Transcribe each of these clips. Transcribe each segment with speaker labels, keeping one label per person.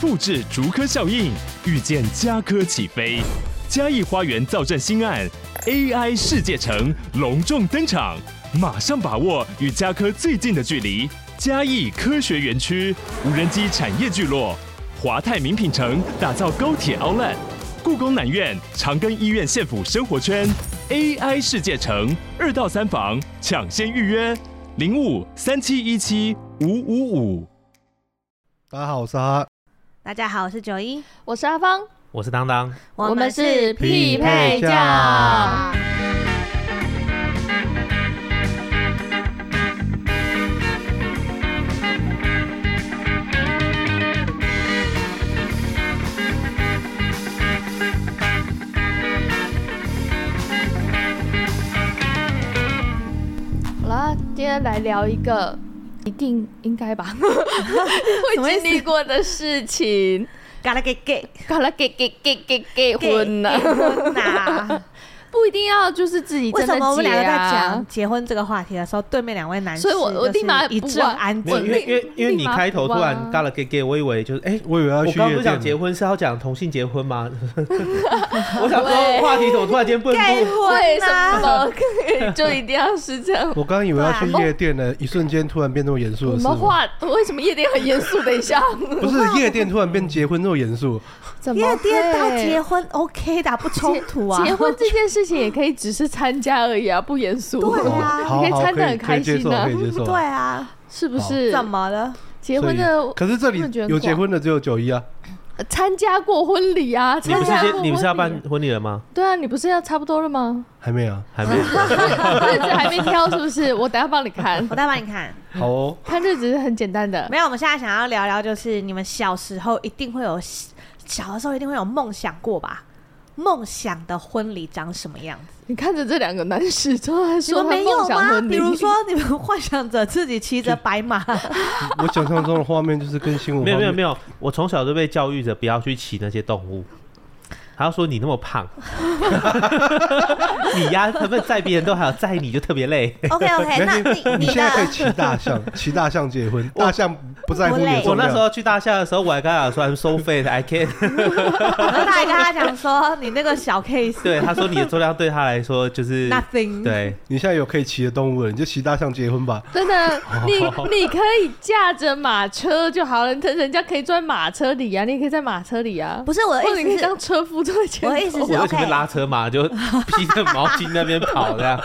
Speaker 1: 复制竹科效应，遇见嘉科起飞。嘉义花园造镇新案，AI 世界城隆重登场，马上把握与嘉科最近的距离。嘉义科学园区无人机产业聚落，华泰名品城打造高铁 Outlet，故宫南院、长庚医院县府生活圈，AI 世界城二到三房抢先预约，零五三七一七五五五。
Speaker 2: 大家好，我是哈。
Speaker 3: 大家好，我是九一，
Speaker 4: 我是阿芳，
Speaker 5: 我是当当，
Speaker 4: 我们是匹配
Speaker 2: 教
Speaker 4: 教。好啦，今天来聊一个一定应该吧
Speaker 3: 么意
Speaker 4: 会
Speaker 3: 思
Speaker 4: 经历过的事情。
Speaker 3: 嘎啦给给
Speaker 4: 搞了给给给给
Speaker 3: 给
Speaker 4: 给婚了，
Speaker 3: 给婚呐！
Speaker 4: 不一定要就是自己
Speaker 3: 为
Speaker 4: 真的
Speaker 3: 什么我们
Speaker 4: 结
Speaker 3: 两个在
Speaker 4: 啊
Speaker 3: 讲结婚这个话题的时候，对面两位男士，
Speaker 4: 所以我我立马
Speaker 3: 一
Speaker 4: 不啊
Speaker 3: 阵
Speaker 4: 玩
Speaker 3: 安
Speaker 5: 没有，
Speaker 4: 我
Speaker 5: 因
Speaker 3: 静。
Speaker 5: 为因为因为你
Speaker 4: 立马
Speaker 5: 开头突
Speaker 4: 哇
Speaker 5: 然嘎了给给，我以为就是哎、
Speaker 2: 我以为要
Speaker 5: 我
Speaker 2: 去
Speaker 5: 刚刚
Speaker 2: 夜
Speaker 5: 不是想结
Speaker 2: 店，
Speaker 5: 婚是要讲同性结婚吗？ 我想说话题怎么突然间奔赴？
Speaker 4: 为
Speaker 3: 婚
Speaker 4: 什
Speaker 3: 啊
Speaker 4: 么 就一定要是这样？
Speaker 2: 我刚以为要去夜店呢，一瞬间突然变那么严肃
Speaker 4: 啊我
Speaker 2: 的事
Speaker 4: 们
Speaker 2: 吗，
Speaker 4: 话啊为什么夜店很严肃？等 一下，
Speaker 2: 不是夜店突然变结婚那么严 肃，
Speaker 4: 怎
Speaker 3: 夜店到
Speaker 4: 会
Speaker 3: 结婚 OK 的，不冲突啊。
Speaker 4: 结婚这件事情也可以只是参加而已啊，不严肃。
Speaker 3: 对
Speaker 2: 哦
Speaker 3: 啊
Speaker 2: 好
Speaker 4: 你可以
Speaker 2: 好
Speaker 4: 参得
Speaker 2: 可以
Speaker 4: 很
Speaker 2: 可以
Speaker 4: 开
Speaker 2: 接
Speaker 4: 心
Speaker 2: 受，
Speaker 4: 啊
Speaker 2: 可以接受，
Speaker 3: 对啊，
Speaker 4: 是不是？
Speaker 3: 怎么了？
Speaker 4: 啊结
Speaker 2: 所
Speaker 4: 婚
Speaker 2: 以
Speaker 4: 的
Speaker 2: 可是这里
Speaker 4: 我觉得很
Speaker 2: 有
Speaker 4: 广
Speaker 2: 结婚的只有九一啊，
Speaker 4: 呃参加过婚礼啊？
Speaker 5: 你
Speaker 4: 参
Speaker 5: 不是
Speaker 4: 加过
Speaker 5: 先
Speaker 4: 婚礼
Speaker 5: 你不是要办？婚礼了吗？
Speaker 4: 对啊，你不是要差不多了吗？
Speaker 2: 还没啊，
Speaker 5: 还 没有，
Speaker 4: 日子还没挑是不是？我等下帮你看
Speaker 3: 我，再帮你看。
Speaker 2: 好哦，
Speaker 4: 看日子是很简单的。
Speaker 3: 没有，我们现在想要聊聊，就是你们小时候一定会有，小的时候一定会有梦想过吧？梦想的婚礼长什么样子？
Speaker 4: 你看着这两个男士，都在
Speaker 3: 你
Speaker 4: 说
Speaker 3: 们
Speaker 4: 他
Speaker 3: 没有
Speaker 4: 梦想
Speaker 3: 吗？
Speaker 4: 婚礼，
Speaker 3: 比如 说， 你们幻想着自己骑着 白马，
Speaker 2: 我想象中的画面就是跟新闻
Speaker 5: 没有没有没
Speaker 2: 有，
Speaker 5: 有，我从小就被教育着不要去骑那些动物。他说你那么 胖，你呀，他们载别人都还有载你就特别累。
Speaker 3: OK OK，那你
Speaker 2: 你
Speaker 3: 你
Speaker 2: 现在可以
Speaker 3: 的
Speaker 2: 骑大 象，骑大象结婚，大象不在乎你的
Speaker 3: 不
Speaker 5: 我
Speaker 2: 重
Speaker 5: 那时
Speaker 2: 量，
Speaker 5: 候去大厦的时候，我还跟他讲说，I'm so fat I can。
Speaker 3: 然后他还跟他讲说，你那个小 case
Speaker 5: 对，他说你的重量对他来说就是
Speaker 3: nothing，，
Speaker 5: 对，
Speaker 2: 你现在有可以骑的动物了，你就骑大象结婚吧，
Speaker 4: 真的， 你你可以驾着马车就好了，人人家可以坐在马车里啊，你也可以在马车里啊，
Speaker 3: 不是我的
Speaker 4: 或者你可
Speaker 3: 意
Speaker 4: 以
Speaker 3: 思
Speaker 4: 当
Speaker 3: 是，
Speaker 4: 车夫坐在前
Speaker 3: 我的
Speaker 4: 面。
Speaker 3: 意思
Speaker 5: 我
Speaker 3: 是
Speaker 5: 在前面
Speaker 3: OK，
Speaker 5: 拉车嘛， 就披着毛巾那边跑这样。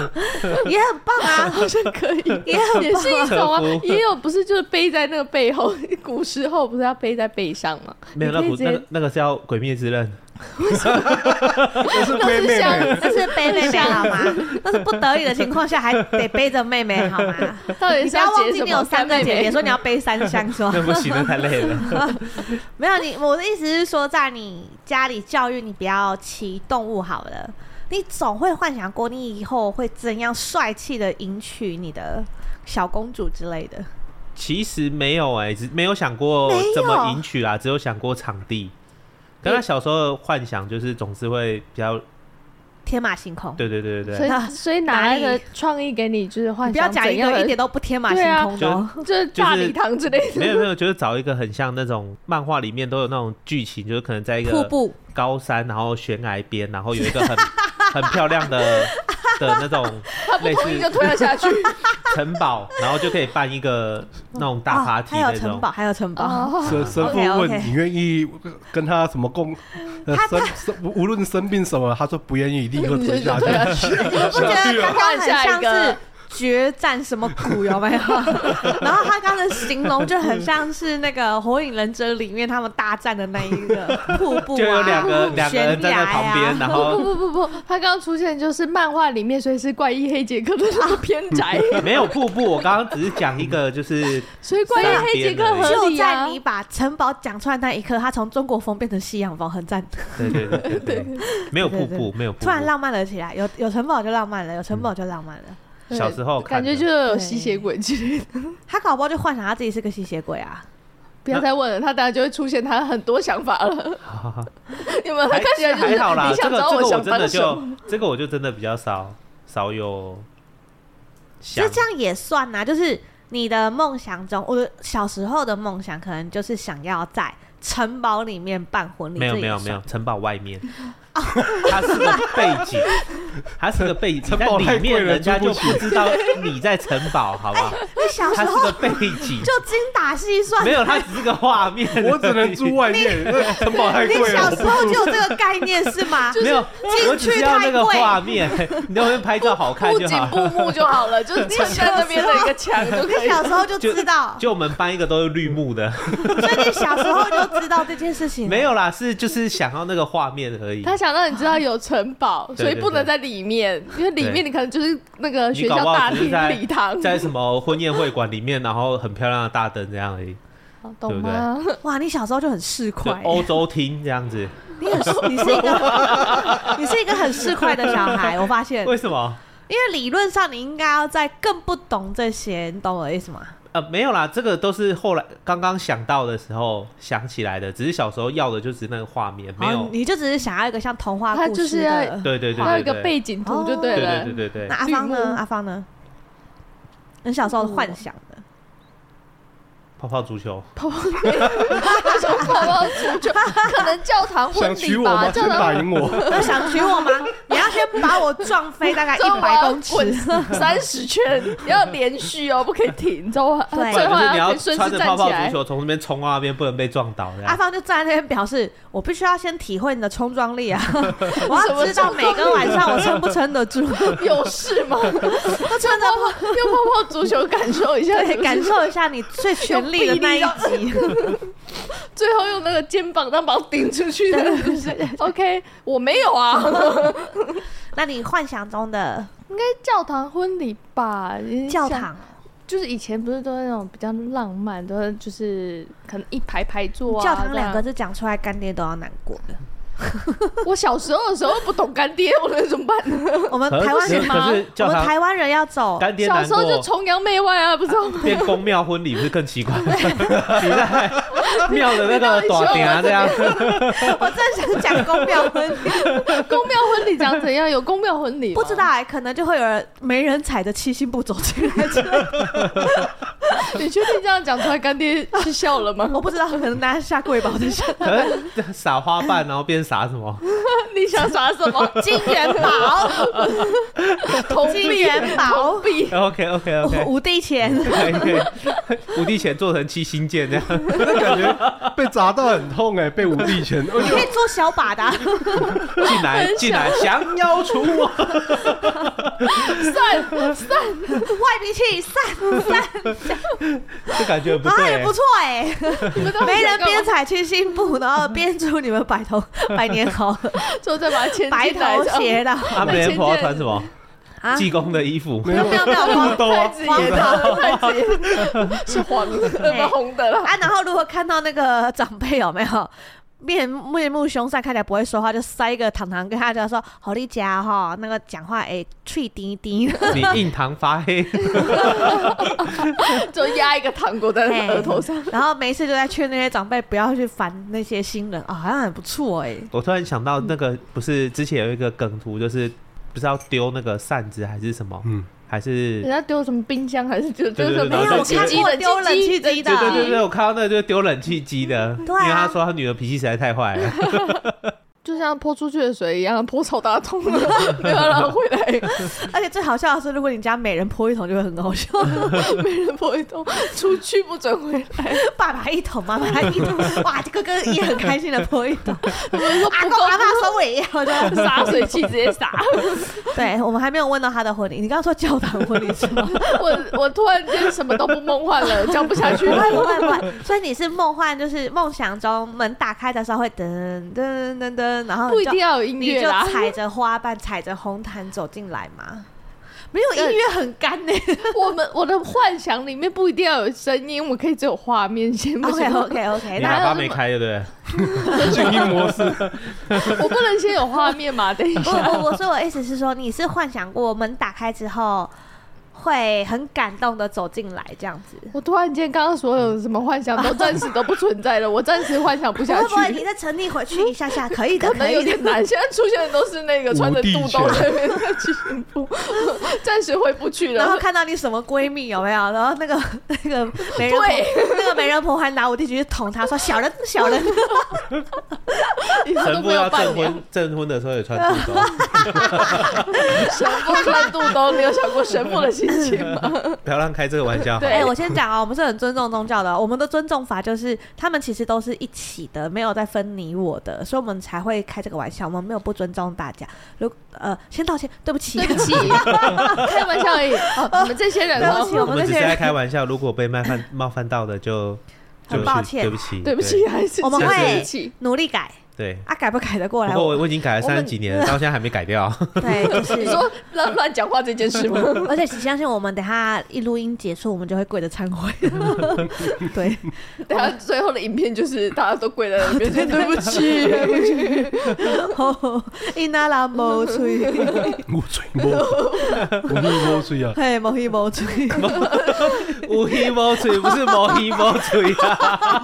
Speaker 3: 也很棒 啊，
Speaker 4: 好像可以，
Speaker 3: 也很
Speaker 4: 也是一种啊
Speaker 5: 车，夫
Speaker 4: 也有不是就是背在那个背后，古时候不是要背在背上吗？
Speaker 5: 没 有，
Speaker 4: 你
Speaker 5: 那
Speaker 4: 可以
Speaker 5: 不
Speaker 4: 直
Speaker 5: 那
Speaker 4: 接
Speaker 5: 个那个是叫《鬼灭之刃》，
Speaker 2: 我是妹妹
Speaker 4: 像
Speaker 2: 妹，
Speaker 3: 那是背妹妹好吗？那是不得已的情况下还得背着妹妹好吗？
Speaker 4: 到 底
Speaker 3: 你
Speaker 4: 是
Speaker 3: 不要忘
Speaker 4: 结
Speaker 3: 记
Speaker 4: 什
Speaker 3: 你有
Speaker 4: 么？
Speaker 3: 三个
Speaker 4: 妹
Speaker 3: 姐姐，
Speaker 4: 妹
Speaker 3: 说你要背三箱是吧？
Speaker 5: 那不行，那太累了。
Speaker 3: 没有你，我的意思是说，在你家里教育你不要骑动物好了，你总会幻想过你以后会怎样帅气的迎娶你的小公主之类的。
Speaker 5: 其实没有哎、只没有想过
Speaker 3: 没有
Speaker 5: 怎么迎娶啦，只有想过场地。跟他小时候的幻想就是总是会比较，
Speaker 3: 天马行空，
Speaker 5: 对对对对
Speaker 4: 所
Speaker 5: 对，
Speaker 4: 以所以拿来的创意给你，就是幻
Speaker 3: 你不要
Speaker 4: 想
Speaker 3: 讲
Speaker 4: 怎
Speaker 3: 一
Speaker 4: 样
Speaker 3: 个
Speaker 4: 的
Speaker 3: 一点都不天马行
Speaker 4: 对啊
Speaker 3: 空的、哦。
Speaker 4: 就是大礼堂之类的。
Speaker 5: 没有没有，就是找一个很像那种漫画里面都有那种剧情，就是可能在一
Speaker 3: 瀑
Speaker 5: 个
Speaker 3: 布，
Speaker 5: 高山，然后悬崖边，然后有一个很 很漂亮的的那种
Speaker 4: 他不
Speaker 5: 类
Speaker 4: 同意
Speaker 5: 似
Speaker 4: 就推了下去。
Speaker 5: 城堡，然后就可以办一个那种大
Speaker 3: 哦
Speaker 5: party
Speaker 3: 还有
Speaker 5: 那
Speaker 3: 城
Speaker 5: 种。
Speaker 3: 堡，还有城堡。
Speaker 5: 啊
Speaker 4: 哦，
Speaker 2: 神神父
Speaker 3: OK，OK
Speaker 2: 问你愿意跟他什么 共，呃
Speaker 3: 他
Speaker 2: 生生无无论生病什么，他说不愿意，立刻
Speaker 4: 你啊
Speaker 2: 吞下
Speaker 4: 就推下
Speaker 2: 去。
Speaker 4: 去。
Speaker 3: 我觉得
Speaker 5: 啊
Speaker 3: 刚刚很
Speaker 4: 下
Speaker 3: 像
Speaker 4: 一个
Speaker 3: 是决战什么谷有 没有？然后他刚刚的形容就很像是那个《火影忍者》里面他们大战的那一个瀑布、啊，
Speaker 5: 就有两个两个人
Speaker 3: 悬
Speaker 5: 站
Speaker 3: 崖
Speaker 5: 在
Speaker 3: 啊
Speaker 5: 旁边，然
Speaker 4: 不
Speaker 5: 后
Speaker 4: 不不不，他刚刚出现就是漫画里面，所以是怪医黑杰克的那个偏宅，
Speaker 5: 没有瀑布。我刚刚只是讲一个，就是
Speaker 4: 所以怪医黑杰克合
Speaker 3: 就
Speaker 4: 理
Speaker 3: 在
Speaker 4: 啊。
Speaker 3: 你把城堡讲出来那一刻，他从中国风变成西洋风，很赞。
Speaker 5: 对对对对对，没有瀑
Speaker 3: 对对
Speaker 5: 布，没有瀑布。
Speaker 3: 突然浪漫了起来，有有城堡就浪漫
Speaker 5: 嗯
Speaker 3: 了，有城堡就浪漫了。
Speaker 4: 对
Speaker 5: 小时候看
Speaker 4: 感
Speaker 5: 的
Speaker 4: 觉就有吸血鬼之类的。
Speaker 3: 他搞不好就幻想他自己是个吸血鬼啊！
Speaker 4: 不要再问了，他当然就会出现他很多想 法了。你们
Speaker 5: 还
Speaker 4: 看起来就是
Speaker 5: 还好啦，
Speaker 4: 你
Speaker 5: 这
Speaker 4: 想
Speaker 5: 个
Speaker 4: 找
Speaker 5: 这个我
Speaker 4: 想
Speaker 5: 真
Speaker 4: 当
Speaker 5: 的
Speaker 4: 什
Speaker 5: 就
Speaker 4: 么？
Speaker 5: 这个我就真的比较少少有
Speaker 3: 其
Speaker 5: 想
Speaker 3: 实这样也算呐、就是你的梦想中，我的小时候的梦想可能就是想要在城堡里面办婚礼，
Speaker 5: 没有
Speaker 3: 这也
Speaker 5: 没有没
Speaker 3: 算
Speaker 5: 有，城堡外面，它是个背景，它是个背景，
Speaker 2: 城堡
Speaker 5: 你
Speaker 2: 太贵
Speaker 5: 在里面
Speaker 2: 了
Speaker 5: 人家
Speaker 2: 租不
Speaker 5: 就
Speaker 2: 起
Speaker 5: 不知道你在城堡，好不好？
Speaker 3: 你小时
Speaker 5: 它是
Speaker 3: 候
Speaker 5: 个背景，
Speaker 3: 就精打细 算
Speaker 5: 没，有，它只是个画面而 已。
Speaker 2: 我 只能租外 面，呃那城堡太
Speaker 3: 你
Speaker 2: 贵了，
Speaker 3: 小
Speaker 2: 我
Speaker 3: 时
Speaker 2: 不
Speaker 3: 候就有这个概念是吗？
Speaker 5: 没有，我只是要那个 画面，你在外面拍照好看
Speaker 4: 布
Speaker 5: 就
Speaker 4: 景
Speaker 5: 好。啊
Speaker 4: 布幕就好了， 就是撑在那边的一个墙就可
Speaker 3: 你
Speaker 4: 以了。
Speaker 3: 小时候就知道，
Speaker 5: 就我们班一个都是绿幕的，
Speaker 3: 所以你小时候就知道这件事情。
Speaker 5: 没有啦，是就是想要那个画面而已。
Speaker 4: 他想让你知道有城堡，
Speaker 5: 对
Speaker 4: 所以
Speaker 5: 对
Speaker 4: 不能
Speaker 5: 对
Speaker 4: 在里面，因为里
Speaker 5: 对
Speaker 4: 面你可能就是那个
Speaker 5: 你
Speaker 4: 学
Speaker 5: 搞
Speaker 4: 校
Speaker 5: 不好
Speaker 4: 大
Speaker 5: 只是
Speaker 4: 厅、
Speaker 5: 在
Speaker 4: 礼堂，
Speaker 5: 在什么婚宴会馆里面，然后很漂亮的大灯这样而已，
Speaker 3: 哦
Speaker 4: 懂
Speaker 5: 对不对
Speaker 4: 吗？
Speaker 3: 哇，你小时候就很市
Speaker 5: 就
Speaker 3: 侩，欸
Speaker 5: 欧洲厅这样子。
Speaker 3: 你很你是一个你是一个很市侩的小孩，我发现，
Speaker 5: 为什么？
Speaker 3: 因为理论上你应该要在更不懂这些，你懂我的意思吗？
Speaker 5: 呃，没有啦，这个都是后来刚刚想到的时候想起来的，只是小时候要的就只是那个画面，没
Speaker 3: 哦
Speaker 5: 有。
Speaker 3: 你就只是想要一个像童话故事的，
Speaker 4: 他就是要
Speaker 5: 对对对
Speaker 4: 还有一
Speaker 5: 对
Speaker 4: 个
Speaker 5: 对，
Speaker 4: 背景图就
Speaker 5: 对
Speaker 4: 对了。
Speaker 5: 对对对
Speaker 3: 那
Speaker 5: 对，
Speaker 3: 阿芳
Speaker 4: 绿
Speaker 3: 呢？
Speaker 4: 幕
Speaker 3: 阿芳呢？你小时候
Speaker 4: 哦
Speaker 3: 幻想的，
Speaker 5: 泡泡足球，
Speaker 4: 为什么跑到足球？可能教堂
Speaker 2: 想
Speaker 4: 婚
Speaker 2: 娶
Speaker 4: 礼
Speaker 2: 我
Speaker 4: 吧，
Speaker 2: 吗？
Speaker 4: 教
Speaker 2: 先打
Speaker 4: 堂
Speaker 2: 赢 我，
Speaker 3: 那想娶 我吗？你要先把我撞飞大概
Speaker 4: 之
Speaker 3: 一
Speaker 4: 后我
Speaker 3: 百
Speaker 4: 要
Speaker 3: 公尺，
Speaker 4: 滚三十圈，要连续哦，不可以停，你知道吗？
Speaker 3: 对
Speaker 4: 最
Speaker 5: 就
Speaker 4: 后
Speaker 5: 是你
Speaker 4: 还
Speaker 5: 要
Speaker 4: 可以顺
Speaker 5: 穿
Speaker 4: 势
Speaker 5: 着
Speaker 4: 站
Speaker 5: 泡
Speaker 4: 起
Speaker 5: 泡
Speaker 4: 来
Speaker 5: 足。球从那边冲到那边，不能被撞倒这
Speaker 3: 阿
Speaker 5: 样。
Speaker 3: 芳就站在那边表示，我必须要先体会你的冲撞 力啊！我
Speaker 4: 什
Speaker 3: 要
Speaker 4: 么
Speaker 3: 知道每个晚上我撑不撑得 住，
Speaker 4: 有事 吗？用
Speaker 3: 我撑得
Speaker 4: 泡泡足球感受一下，
Speaker 3: 对，感受一下你最全力的那一集。
Speaker 4: 最后用那个肩膀当把我顶出去的，就是 OK，我没有 啊，
Speaker 3: 那你幻想中的
Speaker 4: 教堂婚礼吧，
Speaker 3: 教
Speaker 4: 像
Speaker 3: 堂，
Speaker 4: 就是以前不是都是那种比较浪漫，都是就是可能一排排坐啊。
Speaker 3: 教堂两个
Speaker 4: 这
Speaker 3: 字讲出来，干爹都要难过的。
Speaker 4: 样，我小时候的时候不懂干爹，我能怎么 办呢？
Speaker 3: 我们
Speaker 5: 可
Speaker 3: 台湾
Speaker 5: 是
Speaker 3: 人，
Speaker 5: 可是
Speaker 3: 我
Speaker 5: 教
Speaker 3: 们
Speaker 5: 堂
Speaker 3: 台湾人要走，
Speaker 5: 干爹
Speaker 4: 小
Speaker 5: 难
Speaker 4: 时候就
Speaker 5: 过，
Speaker 4: 崇洋媚外啊，不 知道吗？
Speaker 5: 变公庙婚礼不是更奇怪？ 你在庙的那个短点啊这样，
Speaker 3: 我正想讲公庙婚礼，
Speaker 4: 公庙婚礼长怎样？有公庙婚礼吗
Speaker 3: 不知道，哎，可能就会有人没人踩着七星步走进来之类的，
Speaker 4: 你确定这样讲出来，干爹是笑了吗？
Speaker 3: 我不知道，可能大家下跪吧，我在想。
Speaker 5: 可是撒花瓣，然后变撒什么？
Speaker 4: 你想耍什么？
Speaker 3: 金元 宝，
Speaker 4: 铜
Speaker 3: 金
Speaker 4: 币，
Speaker 3: 元宝，
Speaker 5: OK OK OK，嗯
Speaker 3: 五帝钱，
Speaker 5: 可以，五帝钱做成七星剑这样，
Speaker 2: 感觉被砸到很痛哎，被五帝钱，我
Speaker 3: 你可以做小把的啊，
Speaker 5: 进来进来，降妖除魔，
Speaker 4: 算算
Speaker 3: 坏脾气散散，
Speaker 5: 这感觉不
Speaker 3: 好像
Speaker 4: 啊
Speaker 5: 对
Speaker 3: 也
Speaker 5: 欸
Speaker 3: 不。错哎，
Speaker 4: 你们都
Speaker 3: 没人边
Speaker 4: 边
Speaker 3: 踩七星步，然后边祝你们白头百年好合，
Speaker 4: 就再把它牵
Speaker 3: 白
Speaker 4: 进来
Speaker 3: 头
Speaker 4: 这样
Speaker 3: 偕老
Speaker 5: 他们连啊婆要穿什么？
Speaker 3: 啊！
Speaker 5: 济公的衣服，
Speaker 3: 没有没有没有，
Speaker 2: 不懂
Speaker 4: 太
Speaker 2: 啊，
Speaker 4: 子
Speaker 3: 黄
Speaker 4: 爷的，太子爷 是 黄的，不红的啦。
Speaker 3: 啊，然后如果看到那个长辈有没有面面目凶善，看起来不会说话，就塞一个糖糖跟他就说好利家哈，那个讲话哎脆滴滴，
Speaker 5: 你印堂发黑，
Speaker 4: 就压一个糖果在他的额头上。
Speaker 3: 然后没事就在劝那些长辈不要去烦那些新人啊、好像很不错哎、
Speaker 5: 我突然想到那个，不是之前有一个梗图，就是不是要丢那个扇子还是什么，
Speaker 2: 嗯，
Speaker 5: 还是
Speaker 4: 人家丢什么冰箱还是丢丢什么？
Speaker 5: 对对对没有我看
Speaker 3: 过丢冷气机的
Speaker 5: 对对对对，我看到那个就是丢冷气机的，因
Speaker 3: 对啊
Speaker 5: 为他说他女儿脾气实在太 坏了，
Speaker 4: 就像泼出去的水一样，泼臭大桶，没有让它回来，
Speaker 3: 而且最好笑的是，如果你家每人泼一桶，就会很好笑，
Speaker 4: 没人泼一桶，出去不准回来。
Speaker 3: 爸爸一桶，妈妈一桶，哇，哥哥也很开心的泼一桶，
Speaker 4: 他们说
Speaker 3: 阿
Speaker 4: 不
Speaker 3: 公阿爸
Speaker 4: 够
Speaker 3: 说我也要这样。
Speaker 4: 洒水器直接洒。
Speaker 3: 对我们还没有问到他的婚礼，你刚刚说教堂婚礼是吗？
Speaker 4: 我我突然间什么都不梦幻了，讲不下去
Speaker 3: 不
Speaker 4: 了
Speaker 3: 会。不会不会，所以你是梦幻，就是梦想中门打开的时候会噔噔噔噔，然后
Speaker 4: 不
Speaker 3: 你
Speaker 4: 一
Speaker 3: 就
Speaker 4: 定要有音
Speaker 3: 你
Speaker 4: 乐
Speaker 3: 就
Speaker 4: 啦，
Speaker 3: 踩着花瓣，踩着红毯走进来吗？没有音乐很干 呢、
Speaker 4: 我们我的幻想里面不一定要有声音，我可以只有画面，行不
Speaker 3: OK
Speaker 4: 行？
Speaker 3: OK OK， 那
Speaker 5: 你喇叭
Speaker 4: 哪有那么
Speaker 5: 没开对不对？
Speaker 2: 静音模 式，
Speaker 4: 我不能先有画面嘛？等一
Speaker 3: 我
Speaker 4: 下，
Speaker 3: 我我说我意思是说，你是幻想过门打开之后会很感动的走进来这样子。
Speaker 4: 我突然间刚刚所有的什么幻想都暂时都不存在了，我暂时幻想不下
Speaker 3: 会不会
Speaker 4: 去
Speaker 3: 你。再沉溺回去一下下？可以 的，
Speaker 4: 可
Speaker 3: 可
Speaker 4: 能有
Speaker 3: 以
Speaker 4: 点
Speaker 3: 的。
Speaker 4: 难，现在出现的都是那个穿着肚兜在那边在进行步，暂时回不去
Speaker 3: 然后
Speaker 4: 了。
Speaker 3: 看到你什么闺蜜有没有？然后那个 那 个美人婆
Speaker 4: 对，
Speaker 3: 那个美人婆还拿我弟去捅他，说小人小人。
Speaker 4: 以后都
Speaker 5: 神
Speaker 4: 没
Speaker 5: 父要
Speaker 4: 有伴
Speaker 5: 证
Speaker 4: 娘，
Speaker 5: 婚，证婚的时候也穿裤兜，
Speaker 4: 神父穿肚兜，你有想过神父的心情吗？
Speaker 5: 不要乱开这个玩笑。
Speaker 4: 对
Speaker 3: 哎、我先讲哦，我们是很尊重宗教的哦、我们的尊重法就是他们其实都是一起的，没有在分你我的，所以我们才会开这个玩笑，我们没有不尊重大家。如呃，先道歉， 对不起，
Speaker 4: 对不起， 开玩笑而已。哦，你们这些人
Speaker 3: 对
Speaker 4: 哦
Speaker 3: 不，起，我
Speaker 5: 我
Speaker 3: 们
Speaker 5: 们
Speaker 3: 这
Speaker 5: 只
Speaker 3: 些
Speaker 5: 是在
Speaker 3: 人
Speaker 5: 开玩笑，如果被冒犯冒犯到的就，就
Speaker 3: 很抱
Speaker 5: 是
Speaker 3: 歉
Speaker 5: 对不起，
Speaker 4: 对不起，还是
Speaker 3: 我们
Speaker 5: 会
Speaker 4: 对不起。
Speaker 3: 努力改
Speaker 5: 对。对
Speaker 3: 啊，改不改得过
Speaker 5: 不
Speaker 3: 来？
Speaker 5: 过
Speaker 3: 我
Speaker 5: 我我已经改了
Speaker 4: 我们
Speaker 5: 三十几年了，到现在还没改掉。
Speaker 3: 对，就是
Speaker 4: 你说乱乱讲话这件 事吗？
Speaker 3: 而且请相信我们，等下一录音结束，我们就会跪着忏悔。 对，
Speaker 4: 等下最后的影片就是大家都跪在那边，说对不起，对不起。
Speaker 3: 伊那拉无吹，
Speaker 2: 我嘴摸，我没摸嘴啊，
Speaker 3: 嘿，无伊无吹，
Speaker 5: 无一摸嘴不是毛一摸嘴啊！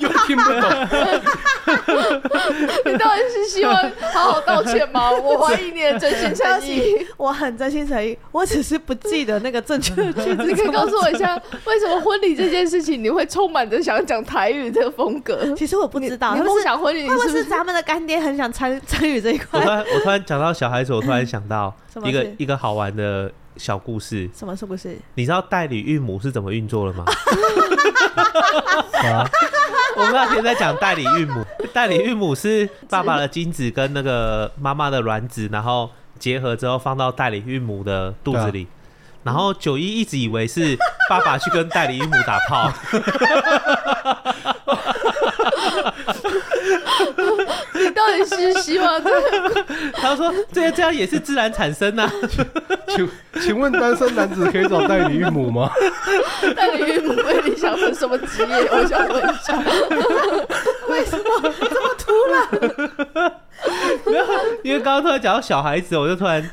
Speaker 2: 又听不懂，
Speaker 4: 你到底是希望好好道歉 吗？我怀疑你的真心诚意。
Speaker 3: 我很真心诚意，我只是不记得那个正确的 句子。
Speaker 4: 你可以告诉我一下，为什么婚礼这件事情你会充满着想讲台语这个风格？
Speaker 3: 其实我不知道，
Speaker 4: 你
Speaker 3: 啊他们
Speaker 4: 梦
Speaker 3: 是
Speaker 4: 想婚礼，你
Speaker 3: 会不会
Speaker 4: 是不
Speaker 3: 是
Speaker 4: 是
Speaker 3: 咱们的干爹很想参参与这一
Speaker 5: 我
Speaker 3: 块
Speaker 5: 突？然我突然讲到小孩子，我突然想到
Speaker 3: 什么
Speaker 5: 一个
Speaker 3: 事
Speaker 5: 一个好玩的小故事。
Speaker 3: 什么是不是？
Speaker 5: 你知道代理孕母是怎么运作的 吗？啊我们那天在讲代理孕母，代理孕母是爸爸的精子跟那个妈妈的卵子，然后结合之后放到代理孕母的肚子
Speaker 3: 啊
Speaker 5: 里。然后九一一直以为是 爸爸去跟代理孕母打炮，
Speaker 4: 你到底是希望这个
Speaker 5: 他说这这样也是自然产生啊 呐、
Speaker 2: 请请问单身男子可以找代理孕母 吗？
Speaker 4: 代理孕母被理想成什么职业？我想问一下，
Speaker 5: 因为刚刚突然讲到小孩子，我就突然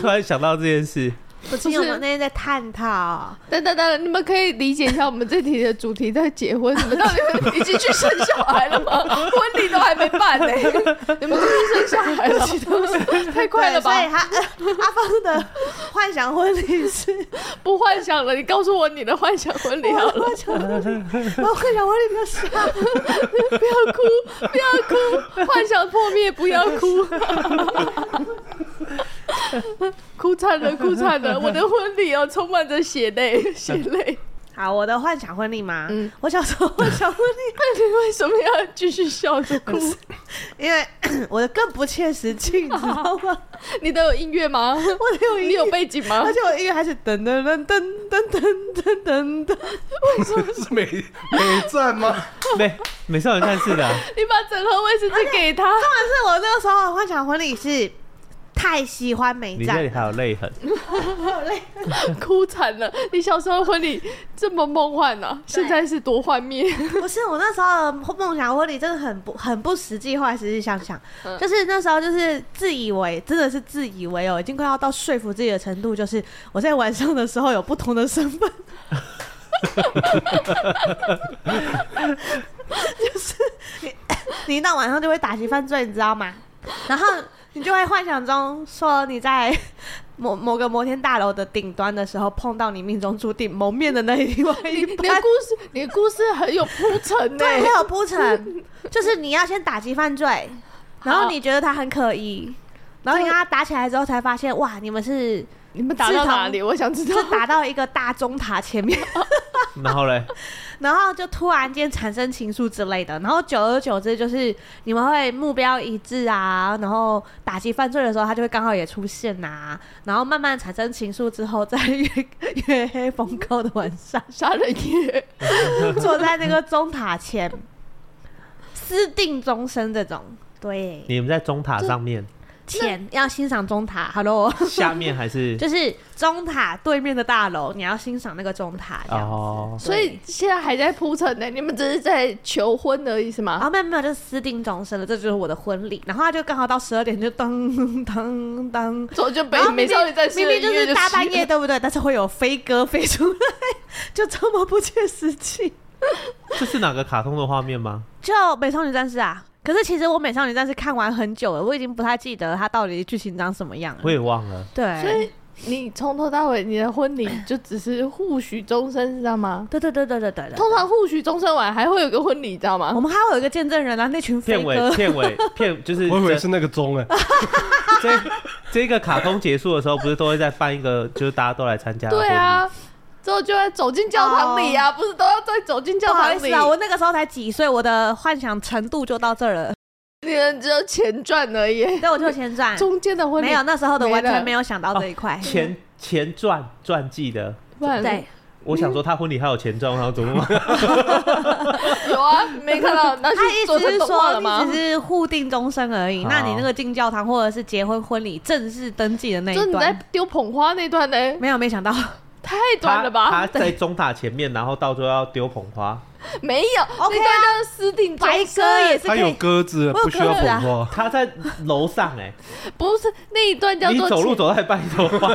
Speaker 5: 突然想到这件事。
Speaker 3: 不是，因为我们那天在探讨，
Speaker 4: 等等等，你们可以理解一下我们这题的主题在结婚，你们到底已经去生小孩了 吗？婚礼都还没办呢、你们就去生小 孩了，太快了吧？
Speaker 3: 对所以他、 呃阿芳的幻想婚礼是，
Speaker 4: 不幻想了，你告诉我你的幻想婚礼好了，
Speaker 3: 我幻想婚礼比较
Speaker 4: 嗯
Speaker 3: 像，
Speaker 4: 不要哭，不要哭，幻想破灭，不要哭， 哭惨了，哭惨了，我的婚礼哦，充满着血 泪，血泪。
Speaker 3: 好，我的幻想婚礼嘛，
Speaker 4: 嗯
Speaker 3: 我小时候幻想婚礼，
Speaker 4: 那你为什么要继续笑着 哭？
Speaker 3: 因为 我的更不切实际，你知道 吗？
Speaker 4: 你都有音乐吗？
Speaker 3: 我的有
Speaker 4: 你
Speaker 3: 音乐
Speaker 4: 有背景吗
Speaker 3: 而？且我音乐还是噔噔噔噔噔噔噔噔
Speaker 2: 是 美美赞吗？
Speaker 5: 美美少女战 士的啊、
Speaker 4: 你把整盒卫生纸给 他，
Speaker 3: 但是我那个时候的幻想婚礼是太喜欢美
Speaker 5: 你这里
Speaker 3: 战，
Speaker 5: 还有泪痕，
Speaker 4: 哭惨了。你小时候婚礼这么梦幻啊，现在是多幻灭。
Speaker 3: 不是我那时候的梦想婚礼真的很不很不实际，后来实际想想，
Speaker 4: 嗯
Speaker 3: 就是那时候就是自以为真的是自以为哦，已经快要到说服自己的程度，就是我在晚上的时候有不同的身份。就是你，你一到晚上就会打击犯罪，你知道吗？然后你就会幻想中说你在某某个摩天大楼的顶端的时候，碰到你命中注定蒙面的那一位
Speaker 4: 你
Speaker 3: 一
Speaker 4: 你的故
Speaker 3: 半。
Speaker 4: 事，你的故事很有铺陈呢。
Speaker 3: 对， 还有铺陈，就是你要先打击犯罪，然后
Speaker 4: 好
Speaker 3: 你觉得他很可疑，然后你跟他打起来之后才发现，哇，你们是
Speaker 4: 你们打到哪里？我想知道
Speaker 3: 是。打到一个大钟塔前面，
Speaker 5: 然 后嘞，
Speaker 3: 然后就突然间产生情愫之类的，然后久而久之就是你们会目标一致啊，然后打击犯罪的时候他就会刚好也出现啊，然后慢慢产生情愫之后，在 月月黑风高的晚上，
Speaker 4: 杀人夜，
Speaker 3: 坐在那个钟塔前私定终身这种，对。
Speaker 5: 你们在中塔上面，
Speaker 3: 前要欣赏钟塔，Hello，
Speaker 5: 下面还是
Speaker 3: 就是钟塔对面的大楼，你要欣赏那个钟塔这样子。
Speaker 5: 哦
Speaker 3: 对
Speaker 4: 所以现在还在铺陈呢，你们只是在求婚而已是吗？
Speaker 3: 啊，没有没有，就是私定终身了，这就是我的婚礼。然后他就刚好到十二点就当当当，
Speaker 4: 所以就
Speaker 3: 然
Speaker 4: 被
Speaker 3: 后
Speaker 4: 美
Speaker 3: 明
Speaker 4: 少女
Speaker 3: 明
Speaker 4: 战士
Speaker 3: 明明
Speaker 4: 的音乐
Speaker 3: 是大半夜，
Speaker 4: 的，
Speaker 3: 对不对？但是会有飞鸽飞出来，就这么不切实际。
Speaker 5: 这是哪个卡通的画面吗？
Speaker 3: 就美少女战士啊，可是其实我美少女战士看完很久了，我已经不太记得它到底剧情长什么样了。
Speaker 4: 嗯
Speaker 5: 我也忘了。
Speaker 3: 对，
Speaker 4: 所以你从头到尾你的婚礼就只是互许终身，知道吗？
Speaker 3: 对对对对对对哦对。
Speaker 4: 通常互许终身完还会有个婚礼，你知道
Speaker 3: 我
Speaker 4: 吗？
Speaker 3: 们还会有一个见证人啊，那群飞
Speaker 5: 片尾
Speaker 3: 鸽，
Speaker 5: 片尾 片就是
Speaker 2: 我以为
Speaker 5: 这
Speaker 2: 是那个钟
Speaker 3: 哦
Speaker 2: 哎，
Speaker 5: 这 这个卡通结束的时候，不是都会再办一个，就是大家都来参加的
Speaker 4: 对
Speaker 5: 婚
Speaker 4: 啊，之后就会走进教堂里啊，不是都要再走 进
Speaker 3: 哦不
Speaker 4: 教
Speaker 3: 好意
Speaker 4: 堂
Speaker 3: 思
Speaker 4: 里？
Speaker 3: 啊，我那个时候才几岁，我的幻想程度就到这儿了。
Speaker 4: 你们只有钱赚而已，
Speaker 3: 对，我就前传，
Speaker 4: 中间的婚
Speaker 3: 啊
Speaker 4: 礼
Speaker 3: 没有，那时候的
Speaker 4: 没
Speaker 3: 完
Speaker 4: 了
Speaker 3: 全没有想到这一块
Speaker 5: 礼。。前前传传记的，
Speaker 4: 不然
Speaker 3: 对，
Speaker 5: 我
Speaker 4: 嗯
Speaker 5: 想说他婚礼还有前传，我想怎么
Speaker 4: 有啊，没看到，那
Speaker 3: 他意
Speaker 4: 去做
Speaker 3: 思
Speaker 4: 成
Speaker 3: 是
Speaker 4: 动画
Speaker 3: 说，
Speaker 4: 了吗
Speaker 3: 你只？是互定终身而已。
Speaker 5: 好
Speaker 3: 那你那个进教堂或者是结婚婚礼正式登记的那
Speaker 4: 就
Speaker 3: 一
Speaker 4: 你在
Speaker 3: 段，
Speaker 4: 丢捧花那段呢，
Speaker 3: 没有没想到，
Speaker 4: 太短
Speaker 5: 他
Speaker 4: 了吧？
Speaker 5: 他在中塔前面，然后到最后要丢捧花，
Speaker 4: 没有
Speaker 3: OK
Speaker 4: 那
Speaker 3: 啊
Speaker 4: 段就是私定终
Speaker 3: 白
Speaker 4: 身
Speaker 3: 鸽也是
Speaker 2: 他
Speaker 3: 可
Speaker 2: 有
Speaker 3: 以。
Speaker 2: 鸽子，
Speaker 3: 我有
Speaker 2: 不需要
Speaker 3: 鸽子啊
Speaker 2: 捧花。
Speaker 5: 他在楼上哎、
Speaker 4: 不是那一段叫
Speaker 5: 你
Speaker 4: 做
Speaker 5: 走路
Speaker 4: 请
Speaker 5: 走到一半你走花，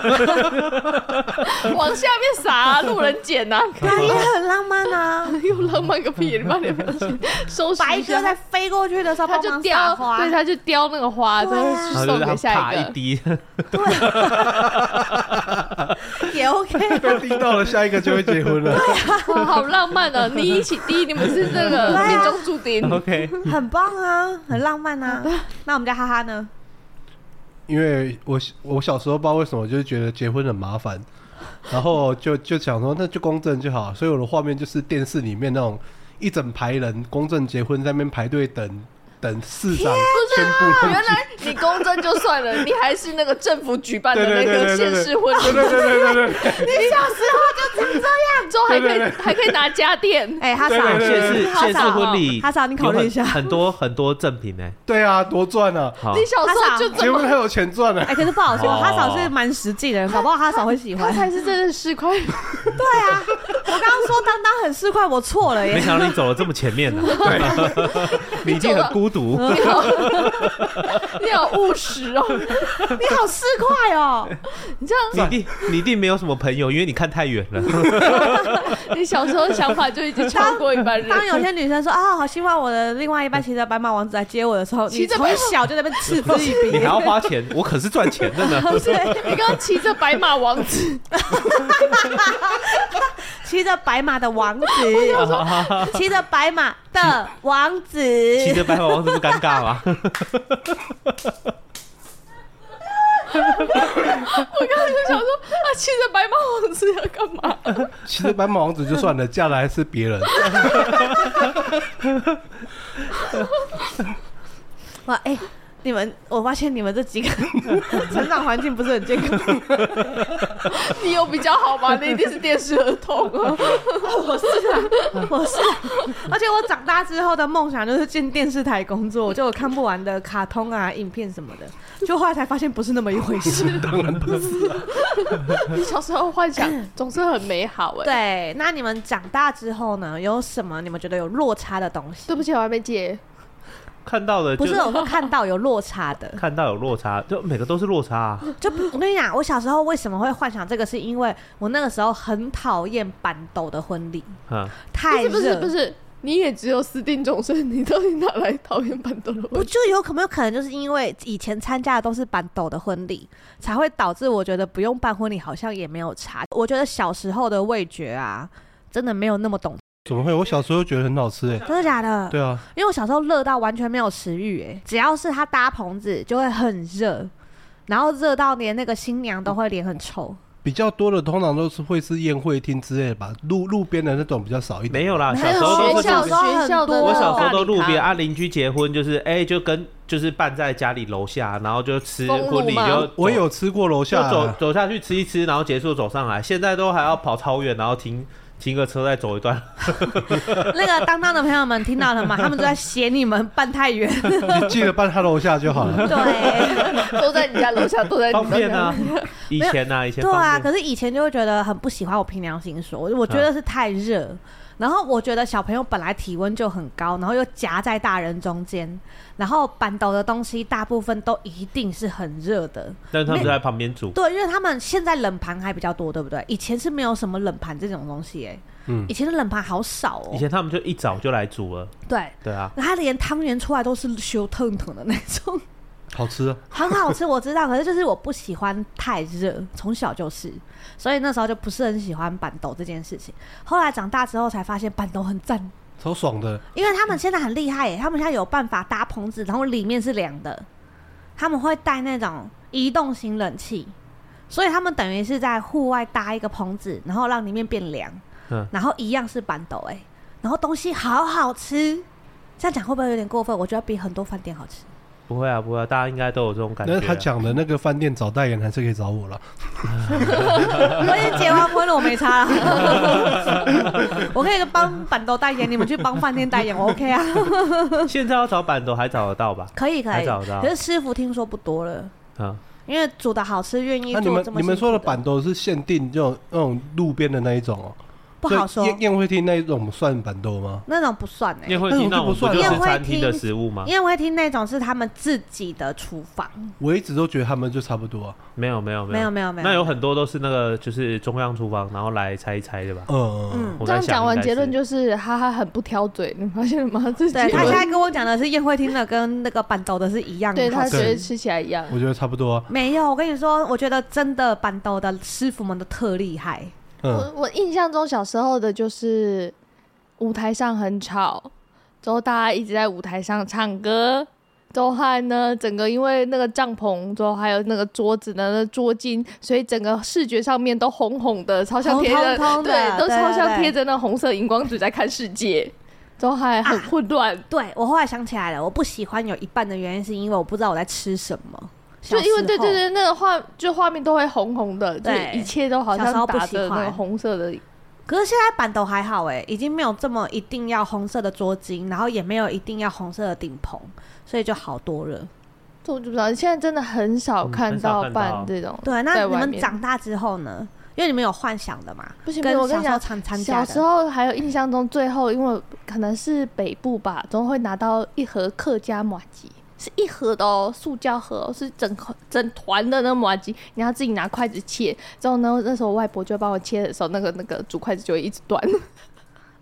Speaker 4: 往下面撒、路人捡呐、
Speaker 3: 那也很浪漫啊！
Speaker 4: 又浪漫个屁！你把你们收拾
Speaker 3: 白
Speaker 4: 一
Speaker 3: 鸽
Speaker 4: 下
Speaker 3: 在飞过去的时候，
Speaker 4: 他
Speaker 3: 帮
Speaker 4: 就
Speaker 3: 忙
Speaker 4: 叼
Speaker 3: 撒，花，
Speaker 4: 对，他就叼那个花，
Speaker 3: 对
Speaker 4: 真
Speaker 3: 啊
Speaker 4: 的是
Speaker 5: 然后
Speaker 4: 送
Speaker 5: 就是他
Speaker 4: 给下
Speaker 5: 啪
Speaker 4: 一个
Speaker 5: 一。滴，
Speaker 3: 也 OK。
Speaker 2: 被叮到了，下一个就会结婚了。
Speaker 4: 哇，好浪漫 哦！你一起滴，你们是 这个
Speaker 3: 啊
Speaker 4: 命中注定。
Speaker 5: OK，
Speaker 3: 很棒啊，很浪漫啊。那我们家哈哈呢？
Speaker 2: 因为我我小时候不知道为什么，就是觉得结婚很麻烦，然后就就想说那就公证就好，所以我的画面就是电视里面那种一整排人公证结婚在那边排队等等市 长宣布
Speaker 4: 啊原
Speaker 2: 录取。
Speaker 4: 来你公证就算了，你还是那个政府举办的
Speaker 2: 对
Speaker 4: 那
Speaker 2: 对
Speaker 4: 个
Speaker 2: 对对
Speaker 4: 县
Speaker 2: 对
Speaker 4: 市婚
Speaker 2: 对
Speaker 4: 礼，
Speaker 2: 对对对对对，
Speaker 4: 之后还可
Speaker 2: 对
Speaker 4: 以
Speaker 2: 对
Speaker 4: 还可以拿家电。
Speaker 3: 哎，哈嫂，
Speaker 2: 对对
Speaker 5: 现
Speaker 2: 对
Speaker 5: 世
Speaker 3: 哈
Speaker 5: 现世
Speaker 3: 嫂，
Speaker 5: 婚礼，
Speaker 3: 哈嫂你考虑一下
Speaker 5: 有很很多很多赠品哎、
Speaker 2: 对啊，多赚啊！
Speaker 5: 好
Speaker 4: 你，小时候就这
Speaker 2: 结婚
Speaker 4: 么，
Speaker 2: 还有钱赚啊呢。
Speaker 3: 哎，可是不好说，
Speaker 5: 哦
Speaker 3: 哈嫂是蛮实际的人，搞不好哈嫂会喜
Speaker 4: 他
Speaker 3: 欢。
Speaker 4: 才是真的是块。
Speaker 3: 对啊，我刚刚说当当很市侩，我错了
Speaker 5: 没
Speaker 3: 耶。
Speaker 5: 想到你走了这么前面呢、 你一定很孤独。
Speaker 4: 你好， 你好务实 哦！
Speaker 3: 你好市侩哦，
Speaker 4: 你这样，
Speaker 5: 嗯你一定你一定没有什么朋友，因为你看太远了。
Speaker 4: 你小时候想法就已经超过一般人。
Speaker 3: 当有些女生说啊，好希望我的另外一半骑着白马王子来接我的时候，
Speaker 4: 骑
Speaker 3: 你
Speaker 4: 着白马
Speaker 3: 从小就在那边嗤之以
Speaker 5: 你还
Speaker 3: 鼻。
Speaker 5: 要花钱，我可是赚钱的呢。
Speaker 3: 不是
Speaker 4: 你刚刚骑着白马王子，
Speaker 3: 骑着白马的王 子，
Speaker 5: 啊
Speaker 3: 骑着白马的王子，
Speaker 5: 骑着白马王子不尴尬吗？
Speaker 4: 我刚刚就想说，啊，骑着白马王子要干嘛？
Speaker 2: 其实白马王子就算了，嫁的还是别 人。
Speaker 3: 哇，哎、你们，我发现你们这 几个成长环境不是很健 康。
Speaker 4: 你有比较好吗？你一定是电视儿童啊！
Speaker 3: 我是啊，我是啊、而且我长大之后的梦想就是进电视台工作，就有看不完的卡通啊、影片什么 的。就后来才发现不是那么一回 事。
Speaker 4: 你小时候幻想总是很美好哎、
Speaker 3: 对，那你们长大之后呢，有什么你们觉得有落差的东西？
Speaker 4: 对不起，我还没接。
Speaker 5: 看到了就
Speaker 3: 不是有时候看到有落差的，
Speaker 5: 看到有落差，就每个都是落差、啊。
Speaker 3: 就不我跟你讲，我小时候为什么会幻想这个，是因为我那个时候很讨厌板斗的婚礼，
Speaker 5: 嗯，
Speaker 4: 不
Speaker 3: 太
Speaker 4: 是
Speaker 3: 热，
Speaker 4: 不是不是，你也只有私定终身，你到底哪来讨厌板凳的
Speaker 3: 我
Speaker 4: 问题？
Speaker 3: 就有可没有可能就是因为以前参加的都是板斗的婚礼，才会导致我觉得不用办婚礼好像也没有差。我觉得小时候的味觉啊，真的没有那么懂，
Speaker 2: 怎么会？我小时候觉得很好吃哎。
Speaker 3: 真的假的？
Speaker 2: 对啊，
Speaker 3: 因为我小时候热到完全没有食欲，哎，只要是它搭棚子就会很热，然后热到连那个新娘都会脸很臭。
Speaker 2: 比较多的通常都是会是宴会厅之类的吧，路路边的那种比较少一点。
Speaker 5: 没有啦，小
Speaker 4: 还有
Speaker 5: 时候都
Speaker 4: 学
Speaker 5: 是
Speaker 4: 校
Speaker 5: 路边。
Speaker 3: 小
Speaker 4: 学
Speaker 3: 时候
Speaker 4: 校
Speaker 3: 很
Speaker 4: 的
Speaker 3: 多，
Speaker 5: 我小时候都路边
Speaker 4: 啊，
Speaker 5: 啊，邻居结婚就是哎、就跟就是办在家里楼下，然后就吃
Speaker 4: 公路
Speaker 5: 婚礼
Speaker 4: 吗
Speaker 5: 就
Speaker 2: 我
Speaker 5: 走
Speaker 2: 有吃过楼
Speaker 5: 就
Speaker 2: 下啊、
Speaker 5: 走走下去吃一吃，然后结束走上来。现在都还要跑超远，然后停停个车再走一段，
Speaker 3: 那个当当的朋友们听到了吗？他们都在嫌你们办太远。
Speaker 2: 哦你记得搬他楼下就好 了。
Speaker 3: 对，
Speaker 4: 都在你家楼下，都在你
Speaker 5: 方
Speaker 4: 们
Speaker 5: 便
Speaker 4: 家
Speaker 5: 啊。以前啊，以前
Speaker 3: 对啊。
Speaker 5: 方便。嗯
Speaker 3: 可是以前就会觉得很不喜欢我凭良心说，我我觉得是太热。然后我觉得小朋友本来体温就很高，然后又夹在大人中间，然后板斗的东西大部分都一定是很热的。
Speaker 5: 但是他们就在旁边煮，
Speaker 3: 对，因为他们现在冷盘还比较多，对不对？以前是没有什么冷盘这种东西、哎，
Speaker 2: 嗯
Speaker 3: 以前的冷盘好少哦、
Speaker 5: 以前他们就一早就来煮了，
Speaker 3: 对，
Speaker 5: 对啊。
Speaker 3: 然后他连汤圆出来都是修腾腾的那种，
Speaker 2: 好吃啊，
Speaker 3: 很好吃，我知道。可是就是我不喜欢太热，从小就是，所以那时候就不是很喜欢板豆这件事情。后来长大之后才发现板豆很赞，
Speaker 2: 超爽的。
Speaker 3: 因为他们现在很厉害耶，他们现在有办法搭棚子，然后里面是凉的，他们会带那种移动型冷气，所以他们等于是在户外搭一个棚子，然后让里面变凉，
Speaker 5: 嗯
Speaker 3: 然后一样是板豆哎，然后东西好好吃。这样讲会不会有点过分？我觉得比很多饭店好吃。
Speaker 5: 不会啊，不会啊，大家应该都有这种感觉、
Speaker 2: 但
Speaker 5: 啊。
Speaker 2: 是他讲的那个饭店找代言还是可以找我了。
Speaker 3: 我已经结完婚了，我没差了。我可以帮板豆代言，你们去帮饭店代言，我 OK 啊？
Speaker 5: 现在要找板豆还找得到吧？
Speaker 3: 可以可
Speaker 5: 还
Speaker 3: 以。
Speaker 5: 找得到
Speaker 3: 可是师傅听说不多了，
Speaker 5: 嗯，
Speaker 3: 因为煮的好吃，愿意
Speaker 2: 那啊你
Speaker 3: 做
Speaker 2: 们
Speaker 3: 这么
Speaker 2: 你们
Speaker 3: 辛苦
Speaker 2: 说的
Speaker 3: 的
Speaker 2: 板豆是限定这种那种路边的那一种哦、
Speaker 3: 不
Speaker 2: 所以
Speaker 3: 好说，
Speaker 2: 宴宴会厅那一种算板豆吗？
Speaker 3: 那种不算哎、
Speaker 5: 宴会
Speaker 2: 那
Speaker 5: 厅
Speaker 2: 种就
Speaker 5: 那
Speaker 2: 不
Speaker 5: 种
Speaker 2: 算
Speaker 5: 就是
Speaker 3: 宴会
Speaker 5: 餐厅的
Speaker 3: 厅
Speaker 5: 食物吗？
Speaker 3: 因为我会听那种是他们自己的厨房，
Speaker 2: 我一直都觉得他们就差不多啊。
Speaker 5: 没有，没有，
Speaker 3: 没有没有没有，
Speaker 5: 那有很多都是那个就是中央厨房，然后来拆一拆的吧？
Speaker 2: 嗯，嗯
Speaker 3: 嗯。
Speaker 5: 我
Speaker 4: 这
Speaker 5: 在
Speaker 4: 样
Speaker 5: 想
Speaker 4: 讲完
Speaker 5: 应该
Speaker 4: 结论
Speaker 5: 是
Speaker 4: 就是，哈哈，很不挑嘴，你发现了吗？自己
Speaker 3: 对他现在跟我讲的是宴会厅的跟那个板豆的是一样的，
Speaker 4: 对他
Speaker 3: 好吃
Speaker 4: 觉得吃起来一样
Speaker 2: 我。觉得差不多啊。
Speaker 3: 没有。我跟你说，我觉得真的板豆的师傅们都特厉害，
Speaker 2: 嗯，
Speaker 4: 我我印象中小时候的就是舞台上很吵，之后大家一直在舞台上唱歌。之后后来呢，整个因为那个帐篷之后还有那个桌子的那桌巾，所以整个视觉上面都红红的，超像
Speaker 3: 红
Speaker 4: 贴着，
Speaker 3: 彤哦彤的
Speaker 4: 对，都
Speaker 3: 对
Speaker 4: 超像
Speaker 3: 对
Speaker 4: 贴着那红色荧光纸在看世界，之后还很
Speaker 3: 啊
Speaker 4: 混乱。
Speaker 3: 对我后来想起来了，我不喜欢有一半的原因是因为我不知道我在吃什么，
Speaker 4: 就因为
Speaker 3: 小时候
Speaker 4: 对对，对，那个画就画面都会红红的，就
Speaker 3: 对
Speaker 4: 一切都好
Speaker 3: 小时
Speaker 4: 像
Speaker 3: 候不
Speaker 4: 打
Speaker 3: 喜
Speaker 4: 着那个
Speaker 3: 欢
Speaker 4: 红色的，
Speaker 3: 可是现在板豆还好哎、已经没有这么一定要红色的桌巾，然后也没有一定要红色的顶棚，所以就好多了。
Speaker 4: 这我就不知道。现在真的很少
Speaker 5: 嗯
Speaker 4: 看
Speaker 5: 很少
Speaker 4: 到
Speaker 5: 看
Speaker 4: 办
Speaker 5: 到
Speaker 4: 这种，
Speaker 3: 对，啊那
Speaker 4: 在
Speaker 3: 你
Speaker 4: 外
Speaker 3: 们
Speaker 4: 面
Speaker 3: 长大之后呢？因为你们有幻想的嘛，
Speaker 4: 不行，
Speaker 3: 跟
Speaker 4: 我跟
Speaker 3: 小
Speaker 4: 你
Speaker 3: 时候
Speaker 4: 讲，
Speaker 3: 参参加
Speaker 4: 小
Speaker 3: 的
Speaker 4: 时候还有印象中，最后因为可能是北部吧，总会拿到一盒客家麻吉，是一盒的哦，塑胶盒哦、是整盒整团的那个麻吉，你要自己拿筷子切。之后呢，那时候我外婆就帮我切的时候，那个那个竹筷子就会一直断，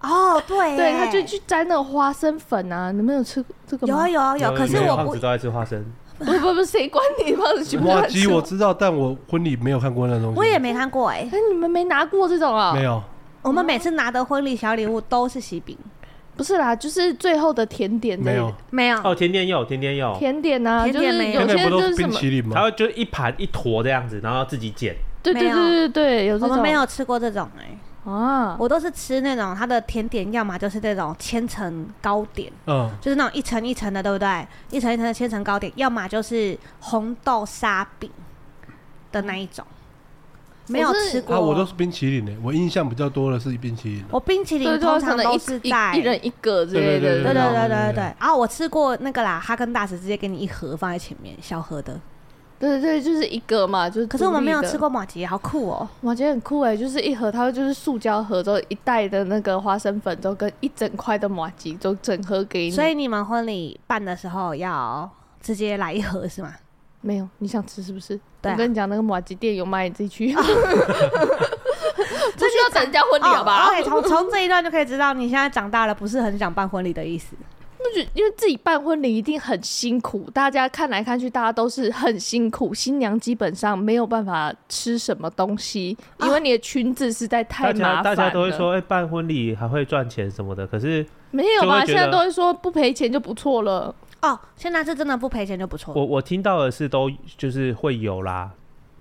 Speaker 3: 哦，对耶，
Speaker 4: 对，她就去沾那个花生粉啊。你们有吃这个
Speaker 3: 有啊
Speaker 4: 吗？
Speaker 3: 有啊有，可是我
Speaker 5: 胖
Speaker 3: 不
Speaker 5: 子都爱吃花生，
Speaker 4: 不不不，谁管你 胖子去不
Speaker 2: 哇
Speaker 4: 乱
Speaker 2: 啊鸡
Speaker 4: 吃？
Speaker 2: 我知道，但我婚礼没有看过那东西。
Speaker 3: 我也没看过哎、
Speaker 4: 哎，你们没拿过这种啊、
Speaker 2: 没有。
Speaker 3: 我们每次拿的婚礼小礼物都是喜饼，
Speaker 4: 不是啦，就是最后的甜点类
Speaker 2: 没
Speaker 4: 的
Speaker 2: 有，
Speaker 3: 没有，
Speaker 5: 哦，甜点有，甜点有，
Speaker 4: 甜点啊，
Speaker 3: 甜
Speaker 4: 就
Speaker 3: 点
Speaker 4: 是
Speaker 3: 没
Speaker 4: 有
Speaker 3: 有
Speaker 2: 现
Speaker 4: 些
Speaker 2: 在不
Speaker 4: 就
Speaker 2: 都
Speaker 4: 是
Speaker 2: 是
Speaker 4: 什
Speaker 2: 冰
Speaker 4: 么，
Speaker 2: 淇淋
Speaker 5: 它
Speaker 2: 吗？
Speaker 5: 会就一盘一坨这样子，然后自己剪。
Speaker 4: 对对对对对，有这
Speaker 3: 我
Speaker 4: 种
Speaker 3: 们没有吃过这种哎、
Speaker 4: 啊，
Speaker 3: 我都是吃那种它的甜点，要么就是那种千层糕点，
Speaker 2: 嗯，
Speaker 3: 就是那种一层一层的，对不对？一层一层的千层糕点，要么就是红豆沙饼的那一种，没有
Speaker 4: 我是
Speaker 3: 吃过。
Speaker 2: 啊，我都是冰淇淋的，我印象比较多的是冰淇淋。
Speaker 3: 我冰淇淋
Speaker 4: 对对，
Speaker 3: 通
Speaker 4: 可
Speaker 3: 常
Speaker 4: 能
Speaker 3: 都
Speaker 4: 一
Speaker 3: 是
Speaker 4: 一
Speaker 3: 在
Speaker 4: 一人一个之类
Speaker 2: 对
Speaker 4: 的
Speaker 2: 对对
Speaker 3: 对对
Speaker 4: 那种，
Speaker 3: 对
Speaker 2: 对
Speaker 3: 对
Speaker 2: 对
Speaker 3: 对啊！我吃过那个啦，哈根达斯直接给你一盒放在前面，小盒的。
Speaker 4: 对对对，就是一个嘛，就是。
Speaker 3: 可是我们没有吃，过马吉，好酷哦！
Speaker 4: 我觉得很酷哎，就是一盒，它会就是塑胶盒，之后一袋的那个花生粉，之后跟一整块的麻吉，就整盒给你。
Speaker 3: 所以你们婚礼办的时候要直接来一盒是吗？
Speaker 4: 没有，你想吃是不是？
Speaker 3: 对啊
Speaker 4: 我跟你讲，那个麻吉店有卖，你自己 去。不需要等人家婚礼好吧？
Speaker 3: 哦对，从从这一段就可以知道你现在长大了，不是很想办婚礼的意思。
Speaker 4: 不觉因为自己办婚礼一定很辛苦，大家看来看去，大家都是很辛苦。新娘基本上没有办法吃什么东西，
Speaker 3: 啊
Speaker 4: 因为你的裙子实在太
Speaker 5: 大
Speaker 4: 麻烦
Speaker 5: 家大家都会
Speaker 4: 了
Speaker 5: 说，哎、办婚礼还会赚钱什么的，可是
Speaker 4: 没有
Speaker 5: 就
Speaker 4: 吧？
Speaker 5: 会觉
Speaker 4: 现
Speaker 5: 得
Speaker 4: 在都会说不赔钱就不错了。
Speaker 3: 哦，现在是真的不赔钱就不
Speaker 4: 哦
Speaker 3: 错。
Speaker 5: 我我听到的是都就是会有啦，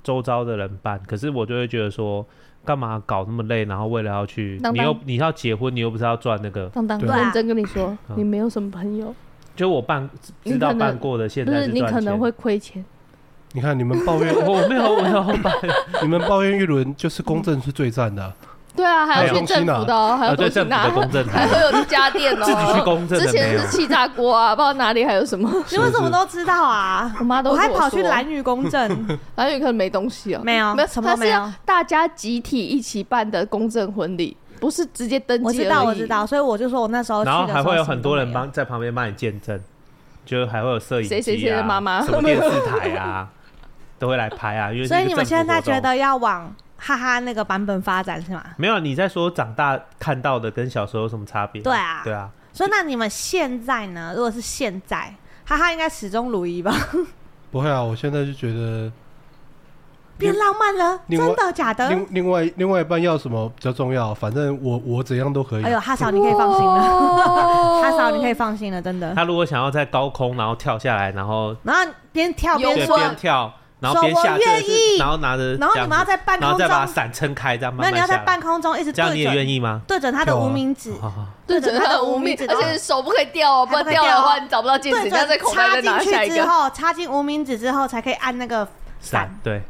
Speaker 5: 周遭的人办，可是我就会觉得说，干嘛搞那么累，然后为了要去，
Speaker 4: 当
Speaker 5: 你
Speaker 4: 当
Speaker 5: 又你要结婚，你又不是要赚那个，
Speaker 4: 当当
Speaker 2: 对
Speaker 3: 啊
Speaker 4: 认真跟你说
Speaker 5: 嗯，
Speaker 4: 你没有什么朋友，
Speaker 5: 就我办
Speaker 4: 你
Speaker 5: 知道
Speaker 4: 可能
Speaker 5: 办过的，现
Speaker 4: 不
Speaker 5: 在
Speaker 4: 是你
Speaker 5: 赚
Speaker 4: 可
Speaker 5: 钱。
Speaker 4: 能会亏钱。
Speaker 2: 你看你们抱怨，
Speaker 5: 我我没有我没有办，
Speaker 2: 你们抱怨一轮，就是公正是最赞的啊。
Speaker 4: 对啊，还要去政府的哦，还要
Speaker 5: 呃，对
Speaker 4: 去
Speaker 5: 政府的
Speaker 4: 拿，
Speaker 5: 公 证
Speaker 4: 还
Speaker 5: 台，
Speaker 4: 会有家电哦。
Speaker 5: 自己去公证
Speaker 4: 之
Speaker 5: 的没
Speaker 4: 前
Speaker 5: 有
Speaker 4: 是。气炸锅啊，不知道哪里还有什么。
Speaker 3: 你为什么都知道 啊？
Speaker 4: 我妈 都
Speaker 3: 我还
Speaker 4: 跟
Speaker 3: 跑去
Speaker 4: 说
Speaker 3: 蓝屿公证，
Speaker 4: 蓝屿可能没东西哦，
Speaker 3: 没有
Speaker 4: 没有，
Speaker 3: 什么
Speaker 4: 它
Speaker 3: 都没
Speaker 4: 是
Speaker 3: 有
Speaker 4: 要大家集体一起办的公证婚礼，不是直接登记
Speaker 3: 我知道，
Speaker 4: 而已哦
Speaker 3: 我知道，所以我就说我那时候去的
Speaker 5: 然
Speaker 3: 时候
Speaker 5: 后还会有
Speaker 3: 什么
Speaker 5: 很
Speaker 3: 都
Speaker 5: 多人
Speaker 3: 没有
Speaker 5: 帮在旁边帮你见证，就还会有摄影机啊、
Speaker 4: 谁谁谁的妈妈
Speaker 5: 什么电视台啊， 都会来拍啊。因为是
Speaker 3: 所以
Speaker 5: 一个
Speaker 3: 你们
Speaker 5: 政
Speaker 3: 现
Speaker 5: 府
Speaker 3: 在
Speaker 5: 活动
Speaker 3: 觉得要往哈哈那个版本发展是吗？
Speaker 5: 没有？啊你在说长大看到的跟小时候有什么差别？
Speaker 3: 对啊
Speaker 5: 对啊，
Speaker 3: 所以那你们现在呢？如果是现在，哈哈应该始终如一吧？
Speaker 2: 不会啊，我现在就觉得
Speaker 3: 变浪漫了，
Speaker 2: 另外
Speaker 3: 真的假的？
Speaker 2: 另另外另外一半要什么比较重要，反正我我怎样都可以啊
Speaker 3: 哎。呦，哈嫂你可以放心了，
Speaker 4: 了
Speaker 3: 哈嫂你可以放心了，真的。
Speaker 5: 他如果想要在高空然后跳下来，然后
Speaker 3: 然后边跳
Speaker 5: 对
Speaker 3: 边
Speaker 4: 有
Speaker 3: 说，
Speaker 5: 边跳，然后边
Speaker 3: 说我
Speaker 5: 下坠
Speaker 3: 愿意
Speaker 5: 然后拿着这
Speaker 3: 然
Speaker 5: 样子，
Speaker 3: 后你们要在半
Speaker 5: 然后
Speaker 3: 空
Speaker 5: 再把
Speaker 3: 中，
Speaker 5: 伞撑开，这样慢
Speaker 3: 没有你
Speaker 5: 慢
Speaker 3: 要在
Speaker 5: 下来
Speaker 3: 半空中一直
Speaker 5: 这样你
Speaker 3: 对
Speaker 5: 也愿
Speaker 3: 准
Speaker 5: 意哦吗？
Speaker 3: 对准他的
Speaker 2: 跳啊
Speaker 3: 无名指，
Speaker 5: 好好好
Speaker 4: 对
Speaker 3: 对
Speaker 4: 准
Speaker 3: 准
Speaker 4: 他
Speaker 3: 他
Speaker 4: 的
Speaker 3: 的
Speaker 4: 无
Speaker 3: 无
Speaker 4: 名
Speaker 3: 名
Speaker 4: 指，
Speaker 3: 指
Speaker 4: 而且手不可以掉哦，不然掉的话你找不到戒指，
Speaker 3: 对
Speaker 4: 你要在
Speaker 3: 准
Speaker 4: 口袋
Speaker 3: 插
Speaker 4: 再拿
Speaker 3: 进
Speaker 4: 下
Speaker 3: 去
Speaker 4: 一
Speaker 3: 之
Speaker 4: 个。
Speaker 3: 后，插进无名指之后才可以按那个伞，
Speaker 5: 对，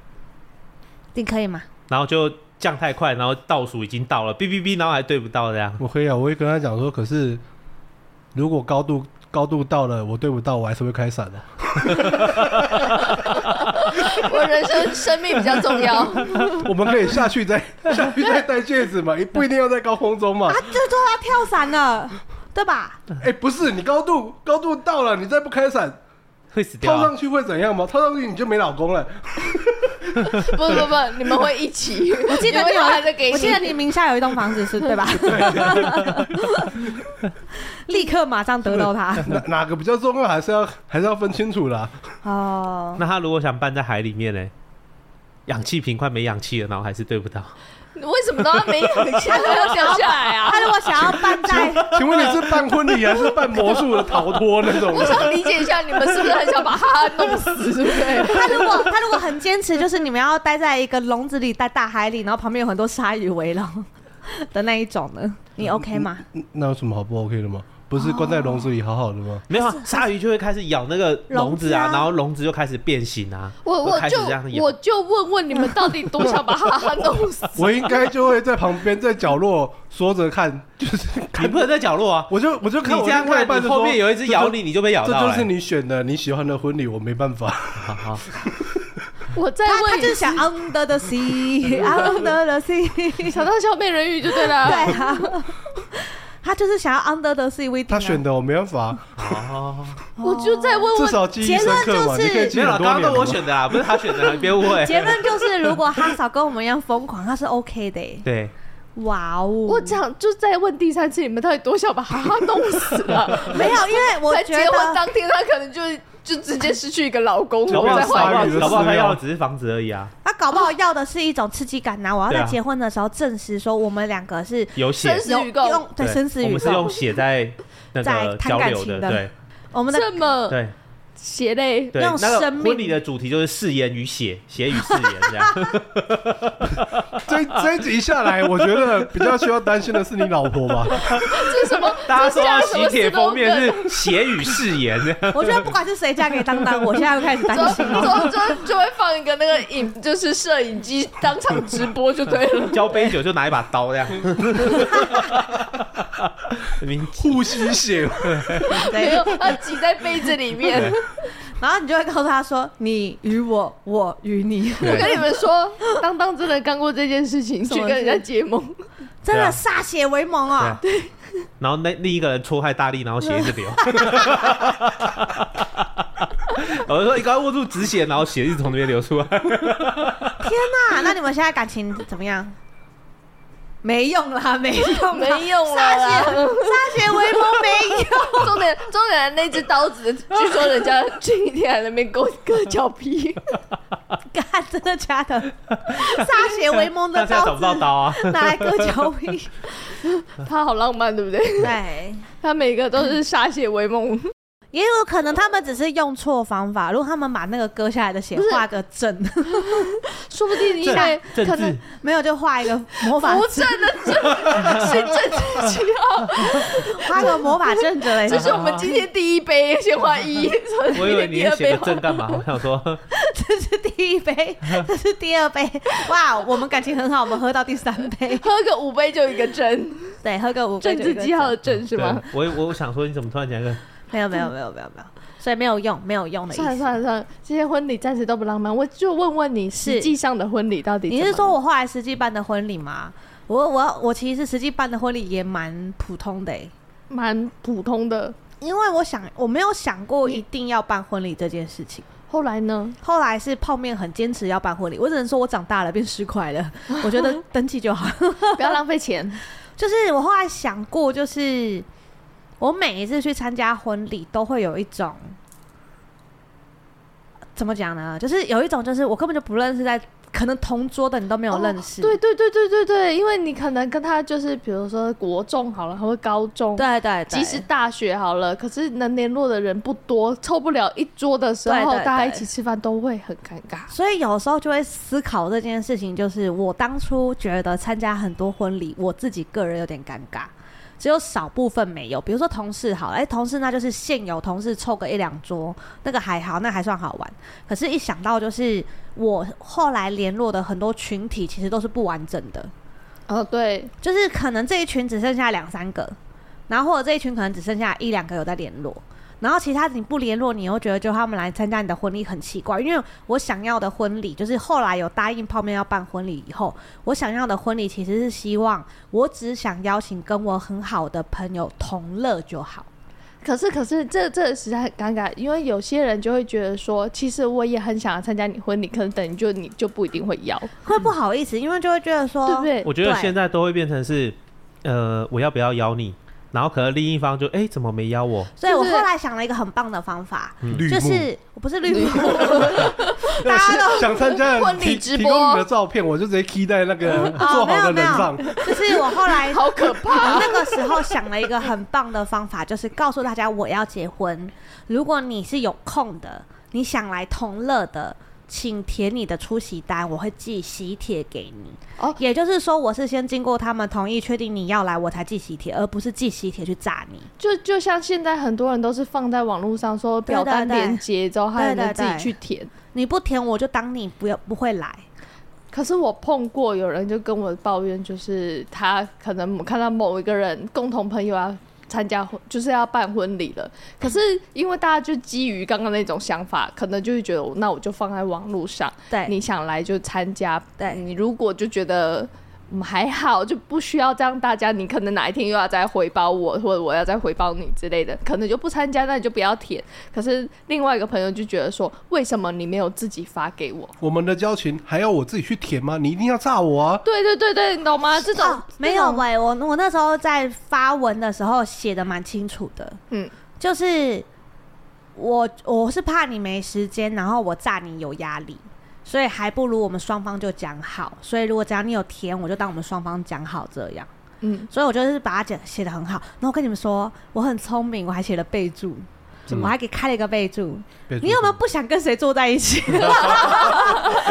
Speaker 3: 你可以
Speaker 4: 哦
Speaker 3: 吗？
Speaker 5: 然后就降太快，然后倒数已经到了，哔哔哔，然后还对不到这样。
Speaker 2: 我可以啊，我会跟他讲说，可是如果高度高度到了，我对不到，我还是会开伞的、 啊
Speaker 4: 我人生生命比较重要，
Speaker 2: 我们可以下去再下去再戴戒指嘛，也不一定要在高空中 嘛
Speaker 3: 啊。，就说他跳伞了，对吧？
Speaker 2: 哎、不是你高度高度到了，你再不开伞，
Speaker 5: 会死掉、
Speaker 2: 套
Speaker 5: 啊
Speaker 2: 上。去会怎样吗？套上去你就没老公了。
Speaker 4: 不不不，你们会一 起。我
Speaker 3: 记得你有
Speaker 4: 还在给你，
Speaker 3: 我记得你名下有一栋房子是对 吧？立刻马上得到 它
Speaker 2: 哪哪个比较重要，还是要还是要分清楚啦。
Speaker 3: 哦。
Speaker 5: 那他如果想办在海里面呢？氧气瓶快没氧气了，然后还是对不到。
Speaker 4: 你为什么都要没有下来要掉下来 啊？
Speaker 3: 他如果想要办在，
Speaker 2: 请问你是办婚礼还是办魔术的逃脱那种
Speaker 4: 我
Speaker 2: 的？
Speaker 4: 想理解一下，你们是不是很想把他弄死，对不对？
Speaker 3: 他如果他如果很坚持，就是你们要待在一个笼子里，在大海里，然后旁边有很多鲨鱼围绕的那一种呢，你 OK 吗？
Speaker 2: 那有什么好不 OK 的吗？不是关在笼子里好好的吗？
Speaker 5: 没有、啊，鲨鱼就会开始咬那个笼
Speaker 3: 笼子
Speaker 5: 子啊，
Speaker 3: 啊
Speaker 5: 然后笼子就开始变形啊。
Speaker 4: 我我
Speaker 5: 开始
Speaker 4: 就
Speaker 5: 这样咬
Speaker 4: 我就问问你们到底多想把他弄
Speaker 5: 哦
Speaker 4: 死？
Speaker 2: 我应该就会在旁边在角落缩着看，就是
Speaker 5: 你不能在角落啊，
Speaker 2: 我就我就
Speaker 5: 你
Speaker 2: 看我
Speaker 5: 这样
Speaker 2: 另外一半
Speaker 5: 看，
Speaker 2: 就
Speaker 5: 你
Speaker 2: 说
Speaker 5: 后面有一只咬，你，你就被
Speaker 2: 这
Speaker 5: 咬
Speaker 2: 就
Speaker 5: 到啊
Speaker 2: 这
Speaker 5: 了、
Speaker 2: 就是你选的你喜欢的婚礼，我没办法。
Speaker 5: 好好，
Speaker 4: 我 再
Speaker 3: 他他
Speaker 4: 问
Speaker 3: 就是想 under the sea，under the sea，
Speaker 4: 你 想到小美人鱼就对了。
Speaker 3: 对啊，他就是想要 under the sea 啊 with
Speaker 2: 他选的我没办法，
Speaker 5: 好，
Speaker 4: 我就再
Speaker 5: 哦
Speaker 4: 问
Speaker 2: 至
Speaker 4: 问
Speaker 2: 少记忆深刻嘛，
Speaker 3: 结论就是
Speaker 2: 你可以记
Speaker 5: 没有啦，
Speaker 2: 很
Speaker 5: 刚
Speaker 2: 多年
Speaker 5: 刚都
Speaker 2: 嘛。
Speaker 5: 我选的啊，不是他选的啊，你别误 会。
Speaker 3: 结论就是，如果哈嫂跟我们一样疯狂，她是 OK 的耶。
Speaker 5: 对，
Speaker 3: 哇哦，
Speaker 4: 我讲就再问第三次，你们到底多想把他弄死 了？
Speaker 3: 没有，因为我
Speaker 4: 才
Speaker 3: 觉
Speaker 4: 结婚
Speaker 3: 得
Speaker 4: 当天，他可能就就直接失去一个老公，
Speaker 5: 搞
Speaker 4: 我
Speaker 5: 不
Speaker 4: 们
Speaker 5: 好
Speaker 4: 再
Speaker 5: 搞
Speaker 4: 换一
Speaker 5: 不好
Speaker 4: 个。
Speaker 5: 搞不好他要的只是房子而已啊，
Speaker 3: 她搞不好要的是一种刺激感呐、我要
Speaker 5: 对
Speaker 3: 在
Speaker 5: 啊
Speaker 3: 结婚的时候证实说，我们两个是
Speaker 5: 有血
Speaker 4: 生，死
Speaker 3: 有
Speaker 4: 与共
Speaker 3: 用对生死
Speaker 5: 我
Speaker 3: 与
Speaker 5: 们是用
Speaker 3: 共。
Speaker 5: 血在那个
Speaker 3: 在
Speaker 5: 交
Speaker 3: 谈感
Speaker 5: 流
Speaker 3: 情的
Speaker 5: 对
Speaker 3: 我们的
Speaker 4: 这么
Speaker 5: 对
Speaker 4: 血泪，
Speaker 5: 对。
Speaker 3: 用
Speaker 5: 那个
Speaker 3: 生命
Speaker 5: 婚礼的主题就是誓言与血，血与誓言这样。
Speaker 2: 这这一集下来，我觉得比较需要担心的是你老婆 吧。
Speaker 4: 这是什么？
Speaker 5: 大家说到
Speaker 4: 这是什
Speaker 5: 喜
Speaker 4: 么
Speaker 5: 帖封面
Speaker 4: slogan。
Speaker 5: 是血与誓言，
Speaker 3: 我觉得不管是谁嫁给当当，我现在就开始
Speaker 5: 啊
Speaker 3: 担
Speaker 4: 之后
Speaker 3: 心
Speaker 4: 之
Speaker 3: 了。
Speaker 4: 后之后就会放一个那个影，就是摄影机当场直播就对了。
Speaker 5: 交杯酒就拿一把刀这样。明
Speaker 2: 互吸血，
Speaker 4: 没
Speaker 3: 对
Speaker 4: 有，，他挤在被子里面。
Speaker 3: 然后你就会告诉他说：“你与我，我与 你。
Speaker 4: 我跟你们说，当当真的干过这件事情，
Speaker 3: 什
Speaker 4: 去
Speaker 3: 么
Speaker 4: 跟人家结盟。”
Speaker 3: 真
Speaker 5: 对啊
Speaker 3: 的歃血为盟啊！
Speaker 5: 对，然后那另一个人戳害大力，然后血一直流。 我就说你刚刚握住止血，然后血一直从那边 流出来。
Speaker 3: 天哪，那你们现在感情怎么样？没用啦，没用啦，
Speaker 4: 没用啦
Speaker 3: 歃血歃血为盟没用。
Speaker 4: 重点重点那只刀子，据说人家前一天还在那边割割脚 皮，
Speaker 3: 干，真的假的？歃血为盟的
Speaker 5: 但现在
Speaker 3: 刀
Speaker 5: 找不到
Speaker 3: 子
Speaker 5: 刀啊，
Speaker 3: 拿来割脚 皮，
Speaker 4: 他好浪漫，对不对？
Speaker 3: 对，
Speaker 4: 他每个都是歃血为盟，
Speaker 3: 也有可能他们只是用错方法。如果他们把那个割下来的血
Speaker 4: 不是
Speaker 3: 画个正，
Speaker 4: 说不定你
Speaker 5: 政
Speaker 4: 在
Speaker 5: 政
Speaker 4: 可能
Speaker 5: 治
Speaker 3: 没有就画一个魔法
Speaker 4: 不，正的正是正治 旗号，
Speaker 3: 画个魔法阵之类
Speaker 4: 这
Speaker 3: 的。
Speaker 4: 是我们今天第一杯，先换一，
Speaker 5: 我以为你
Speaker 4: 第
Speaker 5: 也
Speaker 4: 二
Speaker 5: 写
Speaker 4: 杯
Speaker 5: 个正
Speaker 4: 换。
Speaker 5: 干嘛？我想说
Speaker 3: 这是第一杯，这是第二杯，哇，我们感情很好，我们喝到第三杯，
Speaker 4: 喝个五杯就一个正，
Speaker 3: 对，喝个五杯
Speaker 4: 政
Speaker 3: 就
Speaker 4: 治
Speaker 3: 一个
Speaker 4: 记号的正是
Speaker 5: 对
Speaker 4: 吗？
Speaker 5: 我我我想说，你怎么突然讲一个？
Speaker 3: 没有没有没有没有没有，所以没有用，没有用的意
Speaker 4: 算了
Speaker 3: 思。
Speaker 4: 算了算了，这些婚礼暂时都不浪漫，我就问问你，
Speaker 3: 是
Speaker 4: 实际上的婚礼到底
Speaker 3: 你是
Speaker 4: 怎么
Speaker 3: 说
Speaker 4: 了
Speaker 3: 我后来实际办的婚礼吗？我我我其实实际办的婚礼也蛮普通的、欸，
Speaker 4: 蛮普通的？
Speaker 3: 因为我想我没有想过一定要办婚礼这件事情。
Speaker 4: 后来 呢？
Speaker 3: 后来是泡面很坚持要办婚礼，我只能说我长大了变市侩了，我觉得登记就好。
Speaker 4: 不要浪费钱，
Speaker 3: 就是我后来想过，就是我每一次去参加婚礼，都会有一种怎么讲呢？就是有一种，就是我根本就不认识在，可能同桌的你都没有认识。
Speaker 4: 哦对对对对对对，因为你可能跟他就是，比如说国中好了，或者高中，，
Speaker 3: 对对对，
Speaker 4: 即使大学好了，可是能联络的人不多，凑不了一桌的时候，
Speaker 3: 对对对
Speaker 4: 大家一起吃饭都会很尴尬。
Speaker 3: 所以有时候就会思考这件事情，就是我当初觉得参加很多婚礼，我自己个人有点尴尬，只有少部分没有，比如说同事好了，哎、同事那就是现有同事凑个一两桌，那个还好，那还算好玩。可是，一想到就是我后来联络的很多群体，其实都是不完整的，
Speaker 4: 哦，对，
Speaker 3: 就是可能这一群只剩下两三个，然后或者这一群可能只剩下一两个有在联络，然后其他你不联络，你又觉得就他们来参加你的婚礼很奇怪，因为我想要的婚礼就是后来有答应泡面要办婚礼以后，我想要的婚礼其实是希望我只想邀请跟我很好的朋友同乐就好。
Speaker 4: 可是可是这这实在很尴尬，因为有些人就会觉得说，其实我也很想要参加你婚礼，可是等于就你就不一定会邀，
Speaker 3: 会不好意思，因为就会觉得说，
Speaker 4: 对不对？
Speaker 5: 我觉得
Speaker 3: 对啊
Speaker 5: 现在都会变成是，呃，我要不要邀你？然后可能另一方就哎、怎么没邀我？
Speaker 3: 所以我
Speaker 4: 就是
Speaker 3: 后来想了一个很棒的方法，
Speaker 2: 绿
Speaker 3: 就
Speaker 2: 幕
Speaker 3: 是我不是绿幕，
Speaker 2: 要
Speaker 3: 大家都
Speaker 2: 想参加的
Speaker 4: 婚礼
Speaker 2: 提
Speaker 4: 直
Speaker 2: 提
Speaker 4: 播
Speaker 2: 供你的照片，我就直接 key 在那 个
Speaker 5: 哦
Speaker 2: 做好
Speaker 3: 没有
Speaker 2: 的人
Speaker 3: 没有
Speaker 2: 上。
Speaker 3: 就是我后来
Speaker 4: 好可 怕！
Speaker 3: 我那个时候想了一个很棒的方法，就是告诉大家我要结婚。如果你是有空的，你想来同乐的，请填你的出席单，我会寄喜帖给你。
Speaker 4: 哦
Speaker 3: 也就是说，我是先经过他们同意，确定你要来，我才寄喜帖，而不是寄喜帖去炸你。
Speaker 4: 就就像现在很多人都是放在网络上说表单
Speaker 3: 对对对
Speaker 4: 连接之后，还有
Speaker 3: 对对
Speaker 4: 人自己
Speaker 3: 对
Speaker 4: 去填。
Speaker 3: 你不填，我就当你不要不会来。
Speaker 4: 可是我碰过有人就跟我抱怨，就是他可能看到某一个人共同朋友啊。参加婚就是要办婚礼了，可是因为大家就基于刚刚那种想法，可能就会觉得那我就放在网络上，
Speaker 3: 对，
Speaker 4: 你想来就参加，
Speaker 3: 哎对
Speaker 4: 你如果就觉得嗯还好，就不需要这样大家，你可能哪一天又要再回报我，或者我要再回报你之类的，可能就不参加，那你就不要填。可是另外一个朋友就觉得说，为什么你没有自己发给我？
Speaker 2: 我们的交情还要我自己去填吗？你一定要炸我啊！
Speaker 4: 对对对对，你懂吗？这种、
Speaker 3: 哦没有
Speaker 4: 这种
Speaker 3: 喂、我我那时候在发文的时候写的蛮清楚的，
Speaker 4: 嗯，
Speaker 3: 就是我我是怕你没时间，然后我炸你有压力，所以还不如我们双方就讲好。所以如果只要你有填，我就当我们双方讲好这样。
Speaker 4: 嗯，
Speaker 3: 所以我就是把它写写的很好。然后我跟你们说，我很聪明，我还写了备注，我还给开了一个备注，
Speaker 2: 备注
Speaker 3: 你有没有不想跟谁坐在一起？ 我跟你说，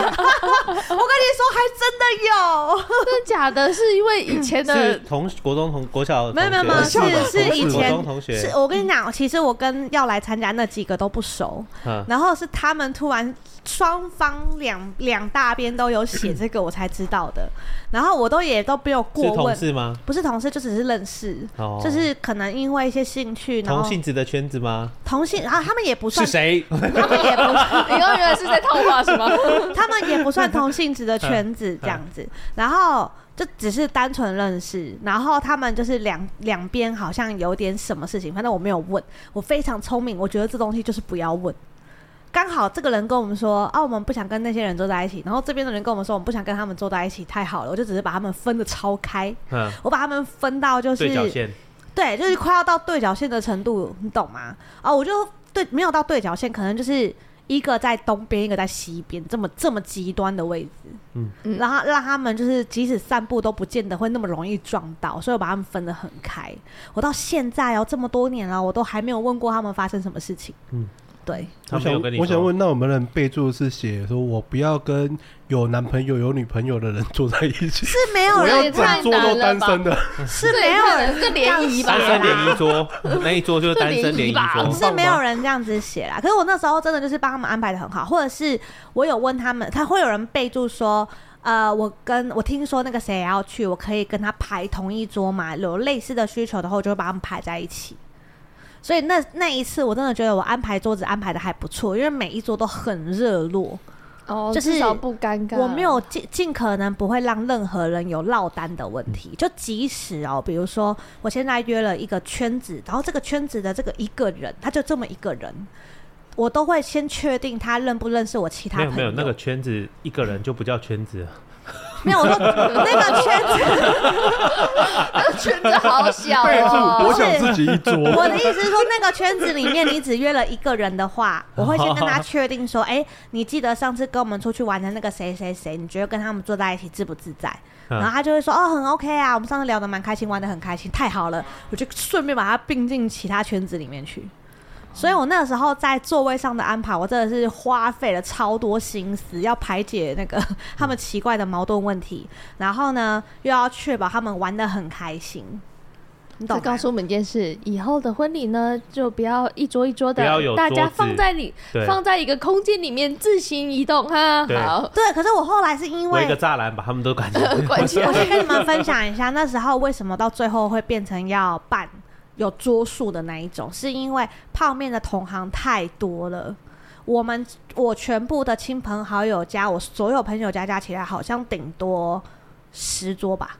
Speaker 3: 还真的有。
Speaker 4: 真的假的？是因为以前
Speaker 5: 是
Speaker 4: 的
Speaker 5: 同国中同国小的
Speaker 3: 没有没有没
Speaker 5: 同
Speaker 3: 有，是
Speaker 5: 学
Speaker 2: 校的
Speaker 3: 是
Speaker 2: 同
Speaker 3: 以
Speaker 2: 事
Speaker 5: 国
Speaker 3: 前
Speaker 5: 中同学
Speaker 3: 是，我跟你讲，其实我跟要来参加那几个都不熟，
Speaker 5: 嗯，
Speaker 3: 然后是他们突然双方两两大边都有写这个，我才知道的。然后我都也都没有
Speaker 5: 是
Speaker 3: 过
Speaker 5: 同
Speaker 3: 问，
Speaker 5: 事吗？
Speaker 3: 不是同事就只是认识，
Speaker 5: 哦，
Speaker 3: 就是可能因为一些兴趣，然
Speaker 5: 同
Speaker 3: 后
Speaker 5: 性质的圈子吗？
Speaker 3: 同性，然后他们也不
Speaker 5: 是
Speaker 3: 算，
Speaker 5: 谁？
Speaker 3: 他们也不
Speaker 4: 你刚刚原来是在套话是吗？
Speaker 3: 他们也不算同性质
Speaker 5: 嗯
Speaker 3: 的圈子这样子，然后就只是单纯认识，然后他们就是两两边好像有点什么事情，反正我没有问，我非常聪明，我觉得这东西就是不要问。刚好这个人跟我们说啊，我们不想跟那些人坐在一起，然后这边的人跟我们说我们不想跟他们坐在一起，太好了，我就只是把他们分的超开，
Speaker 5: 嗯，
Speaker 3: 我把他们分到就是
Speaker 5: 对角线，
Speaker 3: 对，就是快要到对角线的程度，你懂吗？啊、我就对没有到对角线，可能就是一个在东边，一个在西边，这么这么极端的位置。
Speaker 5: 嗯
Speaker 4: 嗯
Speaker 3: 然后让他们就是即使散步都不见得会那么容易撞到，所以我把他们分得很开。我到现在哦，这么多年了，我都还没有问过他们发生什么事情。
Speaker 5: 嗯
Speaker 3: 对，
Speaker 5: 他
Speaker 2: 我
Speaker 5: 没
Speaker 2: 想
Speaker 5: 有跟你
Speaker 2: 我
Speaker 5: 说
Speaker 2: 想问，那有没有人备注是写说我不要跟有男朋友、有女朋友的人坐在一起？
Speaker 3: 是没有
Speaker 2: 我要
Speaker 3: 人
Speaker 2: 整
Speaker 3: 看，
Speaker 2: 桌都单身的，
Speaker 3: 是没有人
Speaker 4: 这联谊吧
Speaker 5: 单身联 谊桌，那一桌就是单身联
Speaker 4: 这
Speaker 5: 谊
Speaker 4: 联
Speaker 5: 桌
Speaker 4: 谊
Speaker 3: 啊
Speaker 4: 吧。
Speaker 3: 是没有人这样子写啦。可是我那时候真的就是帮他们安排的很好，或者是我有问他们，他会有人备注说。呃，我跟我听说那个谁也要去，我可以跟他排同一桌嘛？有类似的需求的话，我就会把他们排在一起。所以那那一次，我真的觉得我安排桌子安排的还不错，因为每一桌都很热络。
Speaker 4: 哦，
Speaker 3: 就是
Speaker 4: 至少不尴尬。
Speaker 3: 我没 有尽尽可能不会让任何人有落单的问
Speaker 5: 嗯
Speaker 3: 题，就即使哦，比如说我现在约了一个圈子，然后这个圈子的这个一个人，他就这么一个人，我都会先确定他认不认识我其他
Speaker 5: 没
Speaker 3: 朋
Speaker 5: 有
Speaker 3: 友。
Speaker 5: 没有，那个圈子一个人就不叫圈子了，
Speaker 3: 没有，我 说那个圈子，
Speaker 4: 圈子好 小
Speaker 2: 备注
Speaker 4: 哦
Speaker 2: 我。想自己一桌。
Speaker 3: 我的意思是说，那个圈子里面你只约了一个人的话，我会先跟他确定说，哎、你记得上次跟我们出去玩的那个谁谁谁，你觉得跟他们坐在一起自不自在？
Speaker 5: 嗯
Speaker 3: 然后他就会说哦，很 OK 啊，我们上次聊得蛮开心，玩得很开心，太好了，我就顺便把他并进其他圈子里面去。所以我那个时候在座位上的安排，我真的是花费了超多心思，要排解那个 他们奇怪的矛盾问题，然后呢又要确保他们玩得很开心。你懂啊
Speaker 4: 这
Speaker 3: 吗？
Speaker 4: 告诉我们一件事：以后的婚礼呢，就不要一桌一桌的
Speaker 5: 不要有，
Speaker 4: 大家
Speaker 5: 桌子
Speaker 4: 放在你
Speaker 5: 对
Speaker 4: 放在一个空间里面自行移动哈。
Speaker 5: 对
Speaker 4: 好，
Speaker 3: 对，可是我后来是因
Speaker 5: 围一
Speaker 3: 为
Speaker 5: 个栅栏把他们都赶 走。
Speaker 4: 关起
Speaker 3: 我
Speaker 4: 来。
Speaker 3: 先跟你们分享一下，那时候为什么到最后会变成要办有桌数的那一种，是因为泡面的同行太多了。我们我全部的亲朋好友加我所有朋友加加起来，好像顶多十桌吧，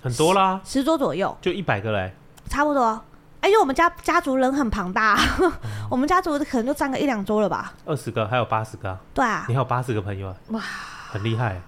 Speaker 5: 很多啦，
Speaker 3: 十桌左右，
Speaker 5: 就一百个嘞。
Speaker 3: 差不多。哎，因为我们家家族人很庞大、啊
Speaker 5: 哦
Speaker 3: 我们家族可能就占个一两桌了吧。
Speaker 5: 二十个，还有八十个啊、
Speaker 3: 对啊
Speaker 5: 你，还有八十个朋友啊，
Speaker 4: 哇，
Speaker 5: 很厉害。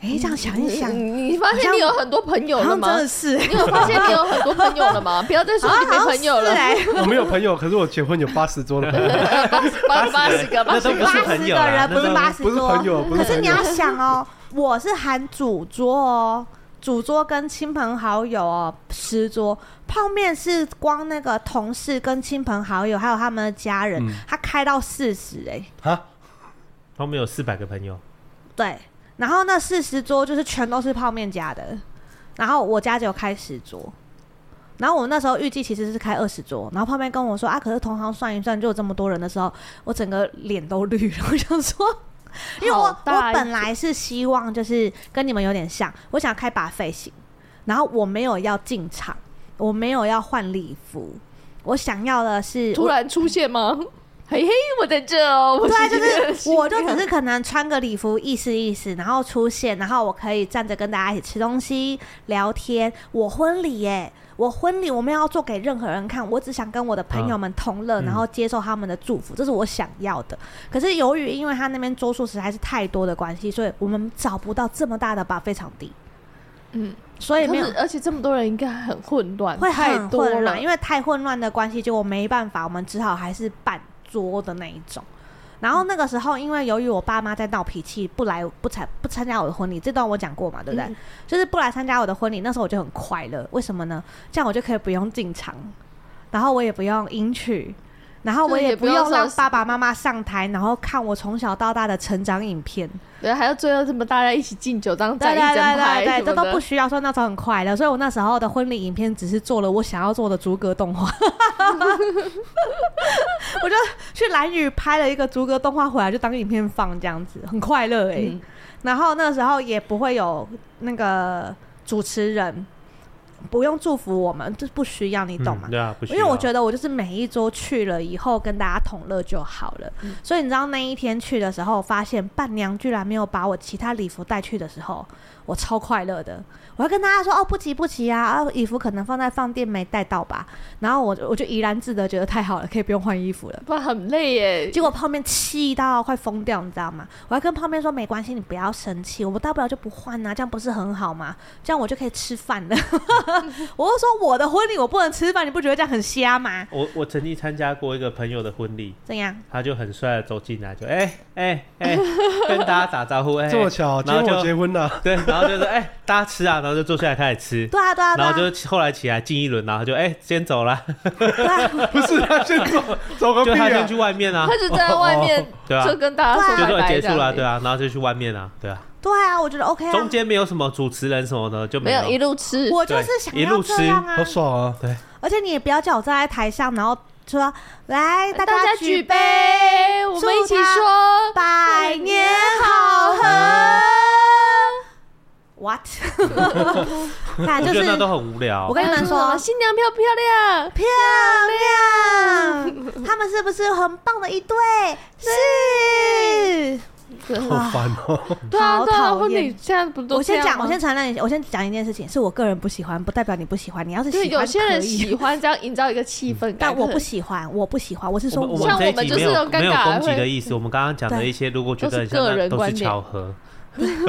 Speaker 3: 哎，这样想一
Speaker 5: 嗯
Speaker 3: 想，
Speaker 4: 你你发现你有很多朋友
Speaker 3: 好
Speaker 4: 了
Speaker 3: 像真
Speaker 4: 吗
Speaker 3: 的？是，
Speaker 4: 你有发现你有很多朋友了吗？不要再说
Speaker 3: 啊
Speaker 4: 你没朋友了
Speaker 3: 好像是，哎
Speaker 2: 我没有朋友，可是我结婚有八十桌的朋友，
Speaker 4: 八八十个，八
Speaker 5: 那
Speaker 4: 十
Speaker 5: 都
Speaker 4: 个
Speaker 5: 不
Speaker 3: 八
Speaker 5: 是
Speaker 3: 十
Speaker 5: 朋友
Speaker 3: 个
Speaker 5: 啦
Speaker 3: 人， 不是
Speaker 5: 那
Speaker 3: 八
Speaker 5: 都
Speaker 3: 十
Speaker 2: 不是朋
Speaker 3: 桌。啊
Speaker 2: 友，不
Speaker 3: 可
Speaker 2: 是
Speaker 3: 是
Speaker 2: 朋
Speaker 3: 你要
Speaker 2: 友。
Speaker 3: 想哦，我是含主桌哦，主桌跟亲朋好友哦，十桌。泡面是光那个同事跟亲朋好友，还有他们的家人，
Speaker 2: 嗯
Speaker 3: 他开到四十哎，
Speaker 2: 啊，
Speaker 5: 他们有四百个朋友，
Speaker 3: 对。然后那四十桌就是全都是泡面家的，然后我家只有开十桌。然后我那时候预计其实是开二十桌，然后泡面跟我说啊，可是同行算一算就有这么多人的时候，我整个脸都绿了，我想 说。因为我
Speaker 4: 好大
Speaker 3: 我
Speaker 4: 一
Speaker 3: 本来是希望就是跟你们有点像，我想开把费型，然后我没有要进场，我没有要换礼服，我想要的是
Speaker 4: 突然出现吗？嘿嘿，我在 这哦。
Speaker 3: 对啊，就是
Speaker 4: 新
Speaker 3: 我就
Speaker 4: 人
Speaker 3: 只是可能穿个礼服意思意思，然后出现，然后我可以站着跟大家一起吃东西、聊天。我婚礼耶，我婚礼我没有要做给任何人看，我只想跟我的朋友们同乐，
Speaker 5: 嗯
Speaker 3: 然后接受他们的祝福，这是我想要的。可是由于因为他那边桌数实在是太多的关系，所以我们找不到这么大的吧非场地，
Speaker 4: 嗯，
Speaker 3: 所以
Speaker 4: 可
Speaker 3: 没有
Speaker 4: 是而且这么多人应该很混乱，
Speaker 3: 会
Speaker 4: 太
Speaker 3: 很
Speaker 4: 多
Speaker 3: 混
Speaker 4: 了
Speaker 3: 乱，，因为太混乱的关系，结果没办法，我们只好还是办桌的那一种。然
Speaker 4: 嗯
Speaker 3: 后那个时候，因为由于我爸妈在闹脾气，不来不参不参加我的婚礼，这段我讲过嘛，对不对？
Speaker 4: 嗯
Speaker 3: 就是不来参加我的婚礼，那时候我就很快乐，为什么呢？这样我就可以不用进场，然后我也不用迎娶，然后
Speaker 4: 就是
Speaker 3: 我
Speaker 4: 也
Speaker 3: 不
Speaker 4: 不用
Speaker 3: 用让
Speaker 4: 上
Speaker 3: 爸爸妈妈上台，然后看我从小到大的成长影片。
Speaker 4: 对，还要最后这么大家一起敬酒，这样
Speaker 3: 对
Speaker 4: 站一
Speaker 3: 对
Speaker 4: 整
Speaker 3: 对
Speaker 4: 排
Speaker 3: 对
Speaker 4: 什
Speaker 3: 对，
Speaker 4: 么
Speaker 3: 这都
Speaker 4: 的
Speaker 3: 不需要说那时候很快乐，所以我那时候的婚礼影片只是做了我想要做的逐格动画， 我就去蓝宇拍了一个逐格动画回来，就当影片放这样子，很快乐哎、
Speaker 4: 嗯
Speaker 3: 然后那时候也不会有那个主持人，不用祝福我们，这不需要，你懂吗？
Speaker 5: 嗯对啊，不需
Speaker 3: 因
Speaker 5: 要。
Speaker 3: 为我觉得我就是每一桌去了以后跟大家同乐就好了，
Speaker 5: 嗯
Speaker 3: 所以你知道那一天去的时候，发现伴娘居然没有把我其他礼服带去的时候，我超快乐的。我要跟大家说哦，不急不急啊，啊礼服可能放在饭店没带到吧。然后我我就怡然自得，觉得太好了，可以不用换衣服了。
Speaker 4: 不然很累耶。
Speaker 3: 结果泡面气到快疯掉，你知道吗？我还跟泡面说没关系，你不要生气，我们大不了就不换啊，这样不是很好吗？这样我就可以吃饭了。 我就说我的婚礼我不能吃饭，你不觉得这样很瞎吗？
Speaker 5: 我我曾经参加过一个朋友的婚礼，
Speaker 3: 怎样？
Speaker 5: 他就很帅的走进来，就哎哎哎，跟大家打招呼，哎、
Speaker 2: 这么巧，今
Speaker 5: 然后
Speaker 2: 天
Speaker 5: 就
Speaker 2: 我结婚了，
Speaker 5: 对，然然后就是哎、大家吃啊，然后就坐下来开始吃，
Speaker 3: 对啊对啊对
Speaker 5: 然
Speaker 3: 啊，
Speaker 5: 后就后来起来进一轮，然后就哎、先走了，
Speaker 3: 对啊
Speaker 2: 不是他先走走个
Speaker 5: 就
Speaker 2: 屁
Speaker 5: 他先
Speaker 2: 啊
Speaker 5: 去！外面啊
Speaker 4: 他，就在外面
Speaker 5: 对啊
Speaker 4: 就跟大家
Speaker 5: 就
Speaker 4: 说
Speaker 5: 说
Speaker 4: 拜拜
Speaker 5: 结束了，对
Speaker 4: 啊，
Speaker 5: 啊，然后就去外面啊，对啊，
Speaker 3: 对啊， 我觉得 OK 啊，
Speaker 5: 中间没有什么主持人什么的就
Speaker 4: 没
Speaker 5: 有
Speaker 4: 有，一路吃，
Speaker 3: 我就是
Speaker 5: 对
Speaker 3: 想
Speaker 5: 一
Speaker 3: 要
Speaker 5: 路
Speaker 3: 这
Speaker 5: 吃
Speaker 3: 样啊
Speaker 2: 好，爽啊！
Speaker 3: 而且你也不要叫我站在台上，然后说来大
Speaker 4: 家
Speaker 3: 举
Speaker 4: 举
Speaker 3: 杯，
Speaker 4: 杯，我们一
Speaker 3: 祝
Speaker 4: 起
Speaker 3: 他
Speaker 4: 说
Speaker 3: 百年好合。What？看
Speaker 5: 我
Speaker 3: 就
Speaker 5: 觉
Speaker 3: 是
Speaker 5: 得那都很无聊
Speaker 3: 我。跟你们说，
Speaker 4: 新娘漂不漂亮？
Speaker 3: 漂亮，他们是不是很棒的一对？是。啊
Speaker 2: 好烦哦！
Speaker 4: 对啊，
Speaker 3: 好
Speaker 4: 对啊，
Speaker 3: 讨
Speaker 4: 婚
Speaker 3: 厌
Speaker 4: 礼现在不都
Speaker 3: 我先
Speaker 4: 这样
Speaker 3: 讲，
Speaker 4: 吗
Speaker 3: 我先承认一下，我先讲一件事情，是我个人不喜欢，不代表你不喜欢。你要是喜
Speaker 4: 就
Speaker 3: 欢，
Speaker 4: 是有些人
Speaker 3: 可以
Speaker 4: 喜欢这样营造一个气氛感，
Speaker 3: 但我
Speaker 4: 可
Speaker 3: 不喜欢，我不喜欢，我是说
Speaker 5: 我
Speaker 4: 像
Speaker 5: 们这
Speaker 4: 我
Speaker 5: 一
Speaker 4: 们
Speaker 5: 集
Speaker 4: 就是
Speaker 5: 没有
Speaker 4: 有尴
Speaker 5: 没有
Speaker 4: 尬
Speaker 5: 攻击
Speaker 4: 会
Speaker 5: 的意思，我们刚刚讲的一些，如果觉得
Speaker 4: 都是
Speaker 5: 很像
Speaker 4: 个
Speaker 5: 那
Speaker 4: 人
Speaker 5: 都是
Speaker 4: 观点
Speaker 5: 巧合，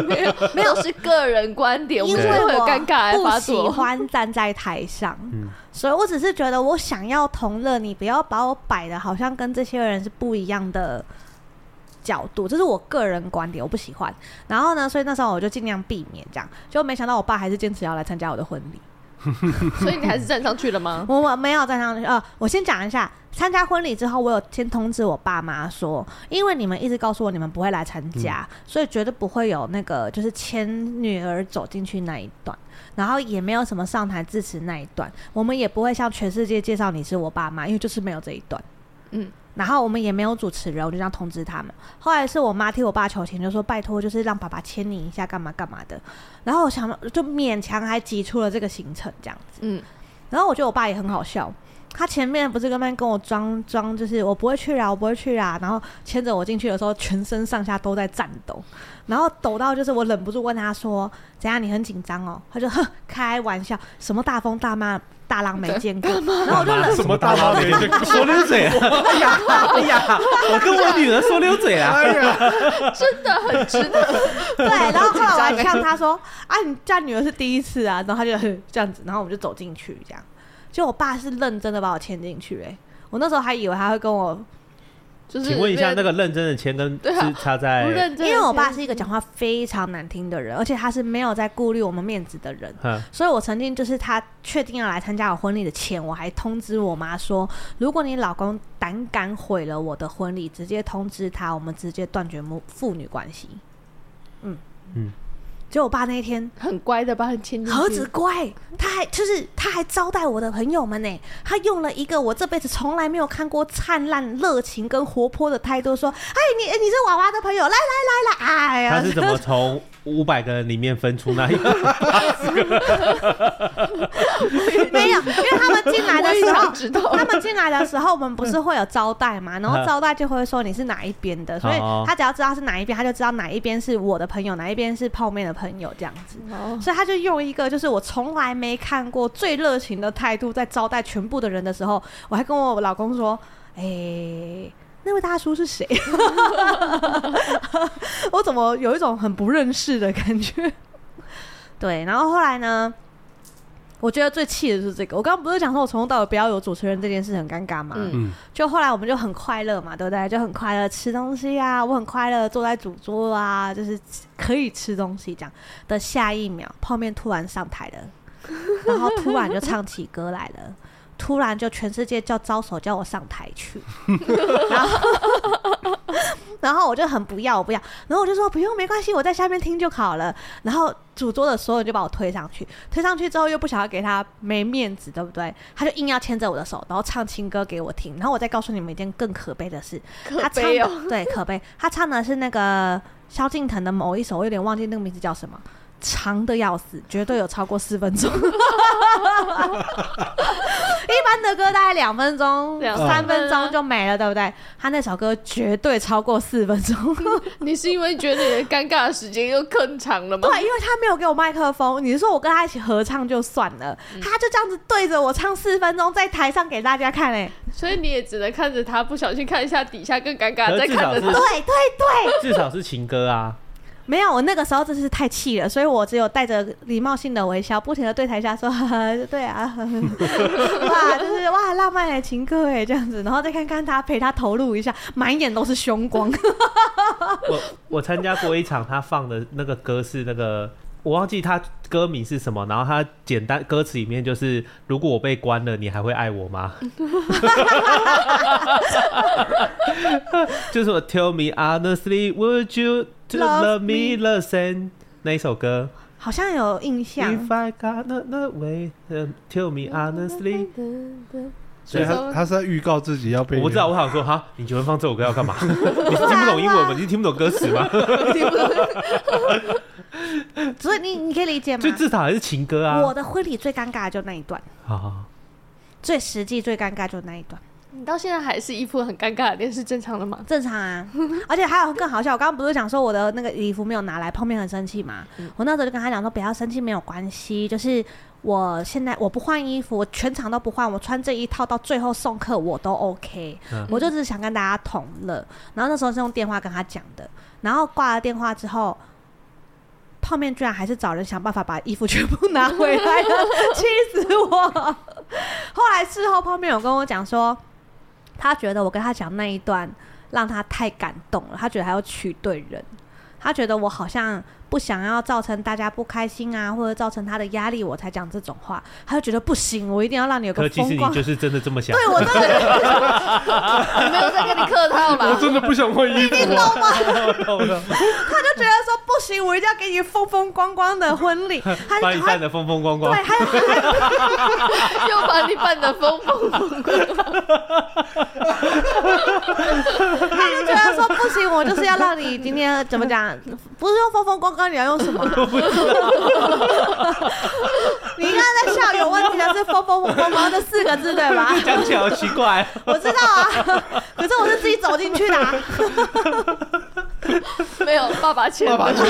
Speaker 4: 没有，没有是个人观点，我
Speaker 3: 因
Speaker 4: 们
Speaker 3: 为
Speaker 4: 就会有
Speaker 3: 我
Speaker 4: 尴尬癌
Speaker 3: 不
Speaker 4: 发
Speaker 3: 喜
Speaker 4: 作。
Speaker 3: 欢站在台上，
Speaker 5: 嗯
Speaker 3: 所以我只是觉得我想要同乐，你不要把我摆的好像跟这些人是不一样的角度，这是我个人观点，我不喜欢。然后呢，所以那时候我就尽量避免这样，就没想到我爸还是坚持要来参加我的婚礼。
Speaker 4: 所以你还是站上去了吗？
Speaker 3: 我我没有站上去，呃，我先讲一下，参加婚礼之后，我有先通知我爸妈说，因为你们一直告诉我你们不会来参加，所以绝对不会有那个就是牵女儿走进去那一段，然后也没有什么上台致辞那一段，我们也不会向全世界介绍你是我爸妈，因为就是没有这一段。
Speaker 4: 嗯，
Speaker 3: 然后我们也没有主持人，我就这样通知他们。后来是我妈替我爸求情，就说拜托，就是让爸爸牵你一下，干嘛干嘛的。然后我想就勉强还挤出了这个行程这样子。
Speaker 4: 嗯，
Speaker 3: 然后我觉得我爸也很好笑，他前面不是跟班跟我装装，就是我不会去啦，我不会去啦，然后牵着我进去的时候，全身上下都在颤抖，然后抖到就是我忍不住问他说：“怎样，你很紧张哦？”他就哼，开玩笑，什么大风大浪大浪没见过，然后我就忍
Speaker 2: 什么大妈没见过？
Speaker 5: 说溜嘴啊！哎 呀哎呀，我跟我女儿说溜嘴啊！
Speaker 2: 哎呀，
Speaker 4: 真的很值得。
Speaker 3: 对，然后后来我还呛他说：“啊，你家女儿是第一次啊。”然后他就 哼这样子，然后我们就走进去，这样。结果我爸是认真的把我牵进去、欸，我那时候还以为他会跟我，
Speaker 4: 就是
Speaker 5: 请问一下，那个认真的签跟
Speaker 4: 对啊
Speaker 5: 是差在
Speaker 4: 不认
Speaker 3: 因
Speaker 4: 真，
Speaker 3: 为我爸是一个讲话非常难听的人，而且他是没有在顾虑我们面子的人。
Speaker 5: 嗯
Speaker 3: 所以我曾经就是他确定要来参加我婚礼的前，我还通知我妈说，如果你老公胆敢毁了我的婚礼，直接通知他，我们直接断绝母父女关系。嗯
Speaker 5: 嗯
Speaker 3: 嗯，结果我爸那一天
Speaker 4: 很乖的把很亲进去，
Speaker 3: 何止乖，他还就是他还招待我的朋友们呢。他用了一个我这辈子从来没有看过灿烂、热情跟活泼的态度，说：“哎，你你是娃娃的朋友，来来来来，哎
Speaker 4: 啊
Speaker 3: 呀，
Speaker 5: 他是怎么从五百个人里面分出那一个？
Speaker 3: 没有？因为他们进来的
Speaker 4: 我也
Speaker 3: 时候
Speaker 4: 想，知道。
Speaker 3: 他们进来的时候，我们不是会有招待 嘛？然后招待就会说你是哪一边的，所以
Speaker 5: 哦
Speaker 3: 他只要知道是哪一边，他就知道哪一边是我的朋友，哪一边是泡面的朋友这样子。
Speaker 4: 哦
Speaker 3: 所以他就用一个就是我从来没看过最热情的态度在招待全部的人的时候，我还跟我老公说：“哎、那位大叔是谁？ 我怎么有一种很不认识的感觉？” 对，然后后来呢？我觉得最气的就是这个。我刚刚不是讲说我从头到尾不要有主持人这件事很尴尬吗？
Speaker 4: 嗯
Speaker 2: 嗯，
Speaker 3: 就后来我们就很快乐嘛，对不对？就很快乐吃东西啊，我很快乐坐在主桌啊，就是可以吃东西这样。的下一秒，泡面突然上台了，然后突然就唱起歌来了，突然就全世界叫招手叫我上台去， 然后 然后我就很不要，我不要，然后我就说不用，没关系，我在下面听就好了。然后主桌的所有人就把我推上去，推上去之后又不想要给他没面子，对不对？他就硬要牵着我的手，然后唱情歌给我听。然后我再告诉你们一件更可悲的事，
Speaker 4: 可
Speaker 3: 他唱
Speaker 4: 悲
Speaker 3: 的、
Speaker 4: 哦，
Speaker 3: 对可悲，他唱的是那个萧敬腾的某一首，我有点忘记那个名字叫什么，长的要死，绝对有超过四分 钟。一般的歌大概两分钟、
Speaker 4: 两
Speaker 2: 三
Speaker 3: 三分
Speaker 4: 分啊
Speaker 3: 钟就没了，对不对？他那首歌绝对超过四分 钟。
Speaker 4: 你是因为觉得你的尴尬的时间又更长了吗？
Speaker 3: 对，因为他没有给我麦克风，你是说我跟他一起合唱就算了，他就这样子对着我唱四分钟，在台上给大家看、 欸，
Speaker 4: 所以你也只能看着他，不小心看一下底下更尴尬，
Speaker 5: 可
Speaker 4: 再
Speaker 5: 是至
Speaker 4: 看
Speaker 5: 少
Speaker 4: 着
Speaker 5: 是
Speaker 4: 他。
Speaker 3: 对对对，
Speaker 5: 至少是情歌啊，
Speaker 3: 没有，我那个时候真是太气了，所以我只有带着礼貌性的微笑，不停的对台下说：“ 呵呵对啊， 呵呵哇，就是哇，浪漫的情歌哎，这样子。”然后再看看他，陪他投入一下，满眼都是凶光。
Speaker 5: 我我参加过一场，他放的那个歌是那个我忘记他歌名是什么，然后他简单歌词里面就是“如果我被关了，你还会爱我吗？” 就是我 Tell me honestly, would you to
Speaker 3: Love
Speaker 5: love me the same？那一首歌
Speaker 3: 好像有印象
Speaker 5: ，If。I got no no way, um, tell me honestly。
Speaker 2: 所以他他是在预告自己要被
Speaker 5: 我不知道，我想说哈，你结婚放这首歌要 干嘛？你是听不懂英文吗？你是听不懂歌词吗？
Speaker 3: 所以你你可以理解吗
Speaker 5: 就？至少还是情歌啊。
Speaker 3: 我的婚礼最尴尬的就那一段，
Speaker 5: 好好好
Speaker 3: 最实际最尴尬就那一段，
Speaker 4: 你到现在还是一副很尴尬的脸，是正常的 吗？
Speaker 3: 正常啊。而且还有更好笑，我刚刚不是讲说我的那个礼服没有拿来，泡面很生气嘛。我那时候就跟他讲说，不要生气，没有关系，就是。我现在我不换衣服，我全场都不换，我穿这一套到最后送客我都 OK，、
Speaker 5: 嗯
Speaker 3: 我就只是想跟大家同乐。然后那时候是用电话跟他讲的，然后挂了电话之后，泡面居然还是找人想办法把衣服全部拿回来 了，气死我！后来事后泡面有跟我讲说，他觉得我跟他讲那一段让他太感动了，他觉得还要取对人，他觉得我好像不想要造成大家不开心啊，或者造成他的压力，我才讲这种话，他就觉得不行，我一定要让你有
Speaker 5: 可
Speaker 3: 个
Speaker 5: 其实
Speaker 3: 风
Speaker 5: 你
Speaker 3: 光。
Speaker 5: 就是真的这么想。
Speaker 3: 对我真的
Speaker 4: 没有在跟你客套吧？
Speaker 2: 真的不想换衣服啊。
Speaker 3: 觉得说不行，我一定要给你风风光光的婚 礼，他
Speaker 5: 把你
Speaker 3: 就
Speaker 5: 办
Speaker 3: 他。
Speaker 5: 的风风光光
Speaker 3: 对，，还有
Speaker 4: 又把你扮的风风风光，
Speaker 3: 他就觉得说不行，我就是要让你今天怎么讲，不是用风风光光，你要用 什么、啊？你刚刚在笑有问题的是“风风光光”这四个字对吧？
Speaker 5: 讲起来好奇怪。
Speaker 3: 我知道啊， 可是我是自己走进去的、啊，
Speaker 4: 没有爸爸钱，
Speaker 2: 爸爸就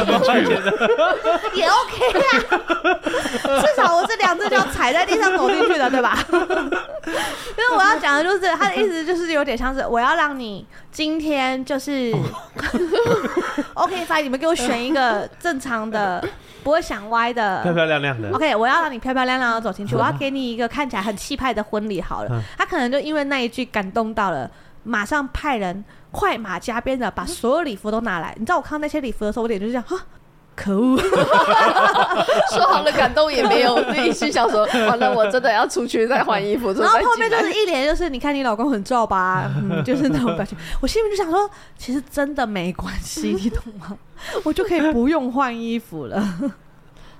Speaker 3: 也 OK 啊。 至少我这两只脚踩在地上走进去的，对吧？ 因为我要讲的就是他的意思，就是有点像是我要让你今天就是 OK fine，你们给我选一个正常的，不会想歪 的
Speaker 5: 漂漂亮亮的。
Speaker 3: OK，我要让你漂漂亮亮的走进去，我要给你一个看起来很气派的婚礼好了
Speaker 5: 嗯。
Speaker 3: 他可能就因为那一句感动到了，马上派人快马加鞭的把所有礼服都拿来。你知道我看到那些礼服的时候，我脸就是这样， 哈，可恶！
Speaker 4: 说好了感动也没有，我就一心想说，完了我真的要出去再换衣 服，
Speaker 3: 然后后面就
Speaker 4: 再进
Speaker 3: 是
Speaker 4: 来
Speaker 3: 一脸就是你看你老公很皱吧， 嗯，就是那种表情。我心里就想说，其实真的没关系，你懂吗？ 我就可以不用换衣服了。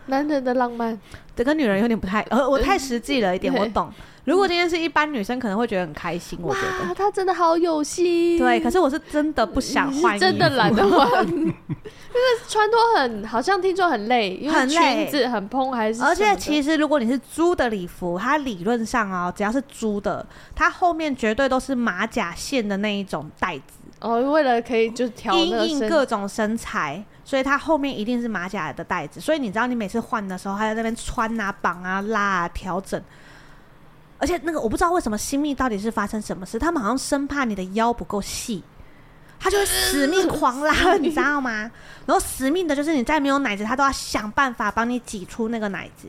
Speaker 4: 男人的浪漫，
Speaker 3: 这跟女人有点不太，呃，我太实际了一点，
Speaker 4: 嗯对
Speaker 3: 我懂。如果今天是一般女生，可能会觉得很开心，我
Speaker 4: 哇
Speaker 3: 觉得。，
Speaker 4: 他真的好有心，
Speaker 3: 对，可是我是真的不想
Speaker 4: 你
Speaker 3: 换
Speaker 4: 嗯是真的
Speaker 3: 衣服
Speaker 4: 懒得换， 因为穿脱很好像听说很累，因为
Speaker 3: 很累
Speaker 4: 裙子很蓬还是什么
Speaker 3: 而
Speaker 4: 的，
Speaker 3: 且其实如果你是租的礼服，它理论上哦，只要是租的，它后面绝对都是马甲线的那一种带子，
Speaker 4: 哦，为了可以就调那
Speaker 3: 因
Speaker 4: 个
Speaker 3: 应
Speaker 4: 身
Speaker 3: 各种身材，所以它后面一定是马甲的带子。所以你知道，你每次换的时候，它在那边穿啊、绑啊、拉啊、调整。而且那个我不知道为什么新密到底是发生什么事，他们好像生怕你的腰不够细，他就会死 命狂拉，你知道吗？然后死命的就是你再没有奶子，他都要想办法帮你挤出那个奶子。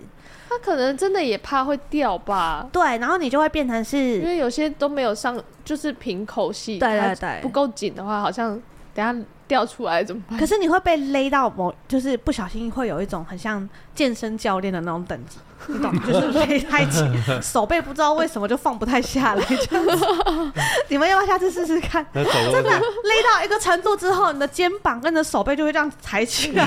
Speaker 4: 他可能真的也怕会掉吧，
Speaker 3: 对，然后你就会变成
Speaker 4: 因
Speaker 3: 是，
Speaker 4: 为有些都没有上，就是平口系，
Speaker 3: 对对
Speaker 4: 它
Speaker 3: 对
Speaker 4: 不够紧的话，好像等下掉出来怎么办？
Speaker 3: 可 是你会被勒到某，就是不小心会有一种很像健身教练的那种等级，你懂吗？就是勒太紧，手背不知道为什么就放不太下来这样子。你们要不要下次试试看？
Speaker 5: 那走了，
Speaker 3: 真的勒到一个程度之后，你的肩膀跟你的手背就会这样抬起来，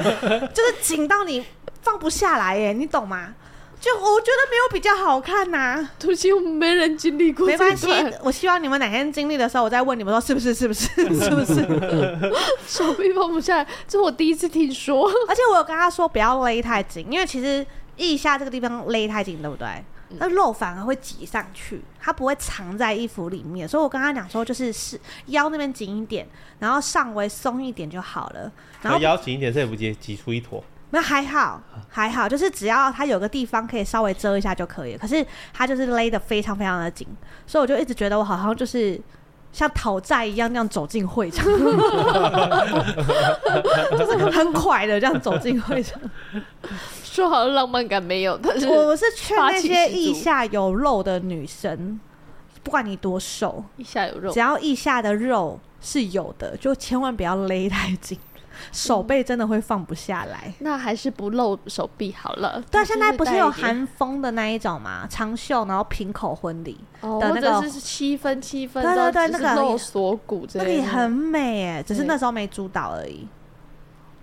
Speaker 3: 就是紧到你放不下来耶，你懂吗？就我觉得没有比较好看呐、
Speaker 4: 突袭我们没人经历过，
Speaker 3: 没关系，我希望你们哪天经历的时候，我再问你们说是不是是不是是不是。
Speaker 4: 手臂放不下来，这我第一次听说。
Speaker 3: 而且我有跟他说不要勒太紧，因为其实腋下这个地方勒太紧，对不对？那肉反而会挤上去，它不会藏在衣服里面，所以我跟他讲说，就是是腰那边紧一点，然后上围松一点就好了。然
Speaker 5: 然后
Speaker 3: 后
Speaker 5: 邀请一点，这也不挤挤出一坨。
Speaker 3: 那还好，还好，就是只要它有个地方可以稍微遮一下就可以了。可是它就是勒得非常非常的紧，所以我就一直觉得我好像就是像讨债一样那样走进会场，就是很快的这样走进会场。
Speaker 4: 说好了浪漫感没有，但是
Speaker 3: 我我是劝
Speaker 4: 发
Speaker 3: 那
Speaker 4: 起
Speaker 3: 些
Speaker 4: 十
Speaker 3: 腋
Speaker 4: 足
Speaker 3: 下有肉的女生，不管你多瘦，
Speaker 4: 一下有肉
Speaker 3: 只，要腋下的肉是有的，就千万不要勒太紧。手背真的会放不下来。
Speaker 4: 那还是不露手臂好了。
Speaker 3: 对啊，
Speaker 4: 就
Speaker 3: 现在不是
Speaker 4: 带一
Speaker 3: 有
Speaker 4: 点
Speaker 3: 韩风的那一种嘛，长袖然后平口婚礼，
Speaker 4: 哦，
Speaker 3: 的
Speaker 4: 或
Speaker 3: 那个
Speaker 4: 者是七分七分，
Speaker 3: 对对对
Speaker 4: 然后只
Speaker 3: 那
Speaker 4: 是
Speaker 3: 个
Speaker 4: 露
Speaker 3: 也
Speaker 4: 锁骨之
Speaker 3: 那个
Speaker 4: 类的，
Speaker 3: 也很美哎，只是
Speaker 4: 对
Speaker 3: 那时候没主导而已。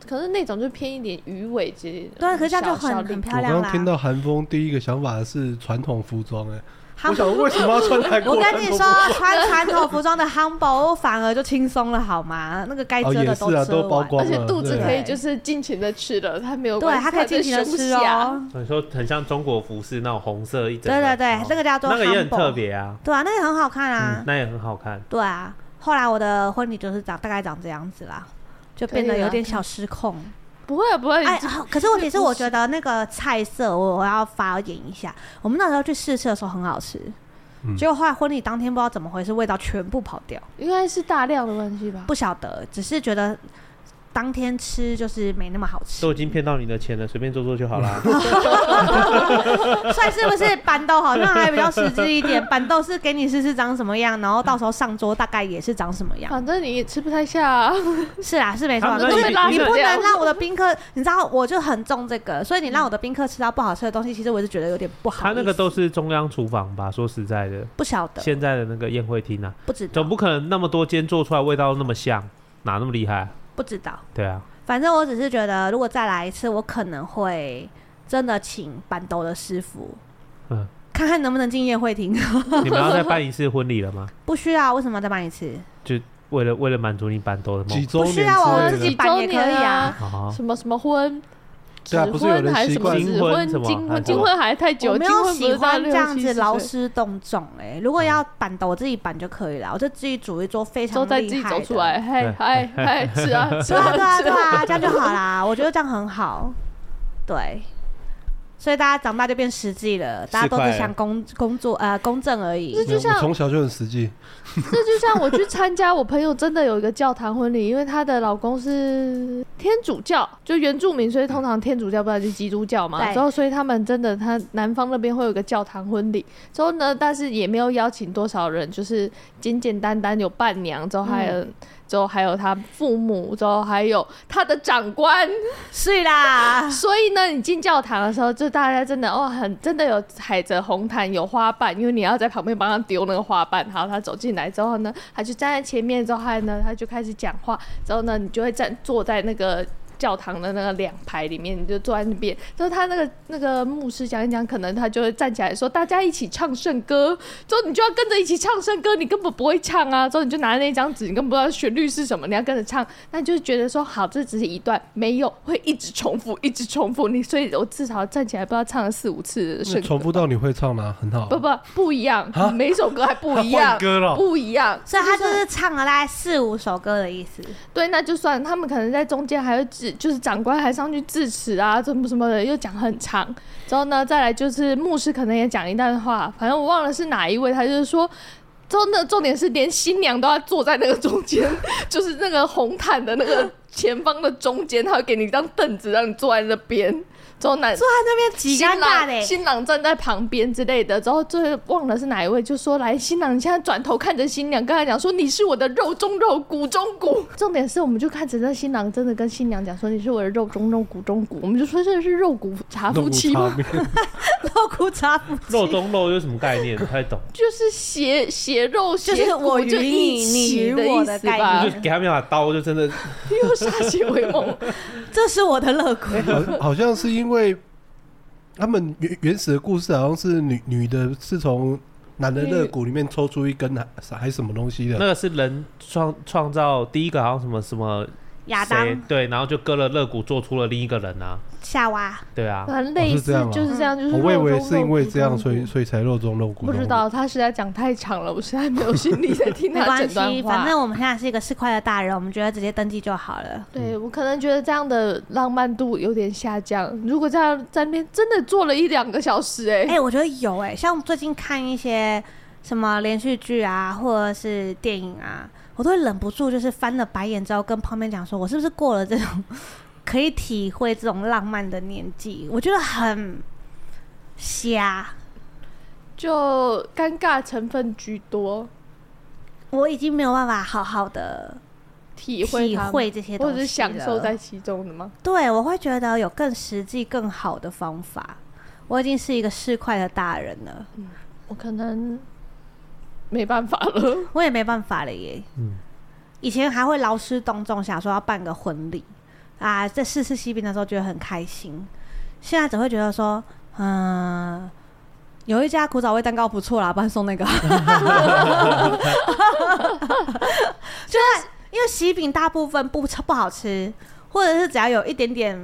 Speaker 4: 可是那种就偏一点鱼尾之类的，
Speaker 3: 对，啊可是这样就
Speaker 4: 小小
Speaker 3: 很很
Speaker 4: 领口
Speaker 3: 漂
Speaker 2: 我
Speaker 3: 亮
Speaker 2: 刚
Speaker 3: 啦
Speaker 2: 刚。听到韩风，第一个想法是传统服装，哎，
Speaker 3: 韩
Speaker 2: 我想为什么要穿韩
Speaker 3: 我
Speaker 2: 国传
Speaker 3: 跟
Speaker 2: 统
Speaker 3: 你
Speaker 2: 服
Speaker 3: 说
Speaker 2: 装？，
Speaker 3: 穿传统服装的 humble 反而就轻松了，好吗？那个该
Speaker 2: 哦
Speaker 3: 遮
Speaker 2: 也
Speaker 3: 的
Speaker 2: 是啊
Speaker 3: 遮
Speaker 2: 都包
Speaker 3: 完，
Speaker 2: 光
Speaker 4: 而且肚子
Speaker 3: 对
Speaker 4: 可以就是尽情的吃了，它没有
Speaker 3: 对，
Speaker 4: 关系，
Speaker 3: 它可以尽情的
Speaker 4: 在胸
Speaker 3: 吃
Speaker 4: 下。
Speaker 3: 哦。
Speaker 5: 你说很像中国服饰那种红色一整
Speaker 3: 对
Speaker 5: 个，
Speaker 3: 对对
Speaker 5: 哦，
Speaker 3: 那个叫做
Speaker 5: 那个也很
Speaker 3: humble
Speaker 5: 特别啊，
Speaker 3: 对啊，那个很好看啊
Speaker 5: 嗯，。那也很好看。
Speaker 3: 对啊，后来我的婚礼就是长大概长这样子啦，就变
Speaker 4: 可
Speaker 3: 得
Speaker 4: 以啦
Speaker 3: 有点小失控。
Speaker 4: 不会啊不会，
Speaker 3: 哎，
Speaker 4: 你
Speaker 3: 好可是问题是，我觉得那个菜色我我要发言一下。我们那时候去试吃的时候很好吃，
Speaker 2: 嗯
Speaker 3: 结果后来婚礼当天不知道怎么回事，味道全部跑掉，
Speaker 4: 应该是大量的关系吧？
Speaker 3: 不晓得，只是觉得当天吃就是没那么好吃
Speaker 5: 都。已经骗到你的钱了，随便做做就好 啦。
Speaker 3: 帅是不 是板豆好像还比较实质一点？板豆是给你试试长什么样，然后到时候上桌大概也是长什么样。
Speaker 4: 反正你也吃不太下、啊，
Speaker 3: 是啊，是没错
Speaker 5: 他，们
Speaker 3: 可
Speaker 5: 都
Speaker 3: 是
Speaker 5: 已经
Speaker 3: 你不
Speaker 4: 这样
Speaker 3: 能让我的宾客，你知道我就很重这个，所以你让我的宾客吃到不好吃的东西，其实我是觉得有点不好意思。
Speaker 5: 他那个都是中央厨房吧？说实在的，
Speaker 3: 不晓得，
Speaker 5: 现在的那个宴会厅啊，
Speaker 3: 不知道
Speaker 5: 总，不可能那么多间做出来味道那么像，哪那么厉害？
Speaker 3: 不知道。
Speaker 5: 对啊，
Speaker 3: 反正我只是觉得，如果再来一次，我可能会真的请板豆的师傅，
Speaker 5: 嗯
Speaker 3: 看看能不能进宴会厅。
Speaker 5: 你们要再办一次婚礼了吗？
Speaker 3: 不需要，为什么要再办一次？
Speaker 5: 为了为了满足你板豆的
Speaker 2: 几
Speaker 5: 梦，哦
Speaker 2: 周年之
Speaker 3: 不需要啊我
Speaker 2: 类
Speaker 3: 自
Speaker 2: 的
Speaker 3: 己
Speaker 4: 几
Speaker 3: 板
Speaker 4: 周
Speaker 3: 也可以啊
Speaker 4: 年啊，
Speaker 5: 好好
Speaker 4: 什么什么婚。指
Speaker 2: 对啊不是有人
Speaker 4: 婚还是什么
Speaker 5: 习惯
Speaker 4: 指婚
Speaker 5: 金婚什么
Speaker 4: 金
Speaker 5: 还
Speaker 4: 婚
Speaker 5: 是
Speaker 4: 金婚还太久，
Speaker 3: 我没
Speaker 4: 金
Speaker 3: 有
Speaker 4: 婚不
Speaker 3: 喜
Speaker 4: 是到
Speaker 3: 欢这
Speaker 4: 六
Speaker 3: 样
Speaker 4: 七
Speaker 3: 子
Speaker 4: 十岁
Speaker 3: 劳师动众哎、如
Speaker 5: 嗯
Speaker 3: 果要板豆，我自己板就可以了，我就自己煮一桌非常
Speaker 4: 都在自
Speaker 3: 厉
Speaker 4: 己
Speaker 3: 害
Speaker 4: 走
Speaker 3: 的
Speaker 4: 出来，嗨嗨嗨，吃啊 吃
Speaker 3: 对啊，对
Speaker 4: 啊
Speaker 3: 啊，
Speaker 4: 吃
Speaker 3: 对
Speaker 4: 啊！
Speaker 3: 啊，这样就好啦。我觉得这样很好。对，所以大家长大就变实际了，大家都
Speaker 5: 四
Speaker 3: 只
Speaker 5: 块
Speaker 3: 想工工作呃公正而已
Speaker 4: 这。就像
Speaker 2: 我从小就很实际，
Speaker 4: 这就像我去参加我朋友真的有一个教堂婚礼，因为她的老公是天主教，就原住民，所以通常天主教不然就基督教嘛。
Speaker 3: 对
Speaker 4: 之后，所以他们真的，他南方那边会有一个教堂婚礼。之后呢，但是也没有邀请多少人，就是简简单单有伴娘，之后还有，之后还有他父母，之后还有他的长官。
Speaker 3: 是啦，
Speaker 4: 所以呢，你进教堂的时候，就大家真的哇，很真的有踩着红毯，有花瓣，因为你要在旁边帮他丢那个花瓣。好，他走进来之后呢，他就站在前面之后，他呢他就开始讲话，之后呢，你就会站坐在那个。教堂的那个两排里面，你就坐在那边。之后他那个那个牧师讲一讲，可能他就会站起来说：“大家一起唱圣歌。”之后你就要跟着一起唱圣歌，你根本不会唱啊。之后你就拿那张纸，你根本不知道旋律是什么，你要跟着唱。那你就觉得说好，这只是一段，没有会一直重复，一直重复。你所以，我至少站起来不知道唱了四五次的
Speaker 2: 那
Speaker 4: 圣歌。
Speaker 2: 重复啊到你会唱吗？很好，
Speaker 4: 不不不一样
Speaker 2: 啊，
Speaker 4: 每一首歌还不一样，
Speaker 2: 歌了
Speaker 4: 不一样。
Speaker 3: 所以他就是唱了大概四五首歌的意思。
Speaker 4: 对，那就算他们可能在中间还会致，就是长官还上去致辞啊，什么什么的，又讲很长。之后呢，再来就是牧师可能也讲一段话，反正我忘了是哪一位，他就是说。真的，重点是连新娘都要坐在那个中间， 就是那个红毯的那个前方的中间，他会给你一张凳子让你坐在那边。之后男
Speaker 3: 坐在那边挤尴尬
Speaker 4: 新郎
Speaker 3: 嘞，
Speaker 4: 新郎站在旁边之类的，之后最后忘了是哪一位，就说来，新郎你现在转头看着新娘，跟他讲说你是我的肉中肉，骨中骨。重点是，我们就看着那新郎真的跟新娘讲说你是我的肉中肉，骨中骨，我们就说这是肉骨茶夫妻吗？
Speaker 3: 肉骨茶夫妻
Speaker 5: 肉中肉有什么概念？不太懂，
Speaker 4: 就是血血肉血
Speaker 3: 就是
Speaker 4: 骨
Speaker 3: 我与
Speaker 4: 就
Speaker 3: 你
Speaker 4: 一起
Speaker 3: 你与
Speaker 4: 的
Speaker 3: 我
Speaker 4: 意
Speaker 3: 的
Speaker 4: 思
Speaker 3: 概
Speaker 4: 吧
Speaker 5: 就
Speaker 3: 念，
Speaker 5: 是给他们把刀，就真 的
Speaker 4: 又歃血为盟。
Speaker 2: 哦
Speaker 3: 这是我的肋骨。
Speaker 2: 好好像是因为他们原原始的故事，好像是女女的是从男的肋骨里面抽出一根还还是什么东西
Speaker 5: 那
Speaker 2: 的，
Speaker 5: 个是人创创造第一个，好像什么什么
Speaker 3: 亚
Speaker 5: 谁
Speaker 3: 当、
Speaker 5: 对，然后就割了肋骨，做出了另一个人啊，
Speaker 3: 夏娃，
Speaker 5: 对啊，
Speaker 4: 反正类
Speaker 2: 哦是
Speaker 4: 似
Speaker 2: 这样吗
Speaker 4: 就是这样，就是
Speaker 2: 我我以为
Speaker 4: 肉中
Speaker 2: 是因为
Speaker 4: 肉
Speaker 2: 这样，
Speaker 4: 骨
Speaker 2: 所以所以才肉中肉骨。
Speaker 4: 不知道他实在讲太长了，我实在没有心力在听
Speaker 3: 没
Speaker 4: 他
Speaker 3: 关
Speaker 4: 整段话。
Speaker 3: 系，反正我们现在是一个市侩的大人，我们觉得直接登记就好了。
Speaker 4: 对我可能觉得这样的浪漫度有点下降。如果这样在那边真的坐了一两个小时、
Speaker 3: 哎、
Speaker 4: 哎、
Speaker 3: 我觉得有哎、像最近看一些什么连续剧啊，或者是电影啊，我都会忍不住就是翻了白眼之后，跟旁边讲说，我是不是过了这种可以体会这种浪漫的年纪？我觉得很瞎，
Speaker 4: 就尴尬成分居多。
Speaker 3: 我已经没有办法好好的
Speaker 4: 体会
Speaker 3: 体
Speaker 4: 它们
Speaker 3: 会这些东
Speaker 4: 或
Speaker 3: 西，
Speaker 4: 者是享受在。其中的吗？
Speaker 3: 对，我会觉得有更实际、更好的方法。我已经是一个市侩的大人了，
Speaker 4: 我可能没办法 了。
Speaker 3: 我也没办法了耶。
Speaker 5: 嗯
Speaker 3: 以前还会劳师动众，想说要办个婚礼啊，在试吃西饼的时候觉得很开心，现在只会觉得说，嗯、有一家古早味蛋糕不错啦，不然送那个， 就是因为喜饼大部分不不好吃，或者是只要有一点点，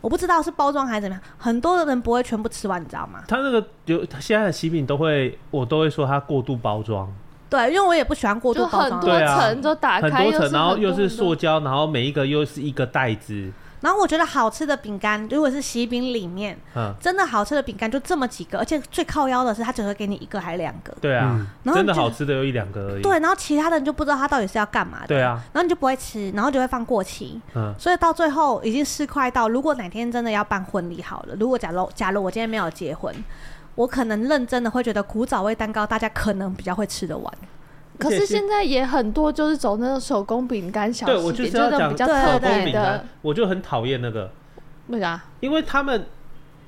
Speaker 3: 我不知道是包装还是怎么样，很多的人不会全部吃完，你知道吗？
Speaker 5: 它那个有它现在的喜饼都会，我都会说它过度包装，
Speaker 3: 对，因为我也不喜欢过
Speaker 4: 就
Speaker 3: 度包
Speaker 4: 很
Speaker 3: 装，
Speaker 4: 多
Speaker 5: 对啊
Speaker 4: 层都打
Speaker 5: 很
Speaker 4: 开，
Speaker 5: 多
Speaker 4: 又
Speaker 5: 层，然后
Speaker 4: 很
Speaker 5: 又
Speaker 4: 多
Speaker 5: 是
Speaker 4: 很
Speaker 5: 塑
Speaker 4: 多
Speaker 5: 胶，然后每一个又是一个袋子，
Speaker 3: 然后我觉得好吃的饼干，如果是喜饼里面。
Speaker 5: 嗯，
Speaker 3: 真的好吃的饼干就这么几个，而且最靠腰的是，他只会给你一个还是两个。
Speaker 5: 对啊
Speaker 2: 嗯，
Speaker 3: 然后
Speaker 5: 真的
Speaker 3: 你就
Speaker 5: 好吃的有一两个而已，
Speaker 3: 对，啊然后其他的你就不知道他到底是要干嘛的。
Speaker 5: 对啊，
Speaker 3: 然后你就不会吃，然后就会放过期。
Speaker 5: 嗯，
Speaker 3: 所以到最后已经是快到，如果哪天真的要办婚礼好了，如果假如假如我今天没有结婚，我可能认真的会觉得古早味蛋糕大家可能比较会吃得完。
Speaker 4: 可
Speaker 5: 而且
Speaker 4: 是
Speaker 5: 是
Speaker 4: 现在也很多就是走那种手工饼干小
Speaker 5: 对
Speaker 4: 吃
Speaker 5: 我就
Speaker 4: 点，
Speaker 5: 是
Speaker 4: 是
Speaker 5: 要
Speaker 4: 那种
Speaker 5: 讲
Speaker 4: 比较
Speaker 3: 对
Speaker 4: 特
Speaker 5: 手工
Speaker 4: 别
Speaker 5: 饼
Speaker 4: 的
Speaker 5: 干，，啊我就很讨厌那个，
Speaker 4: 为啥？
Speaker 5: 因为他们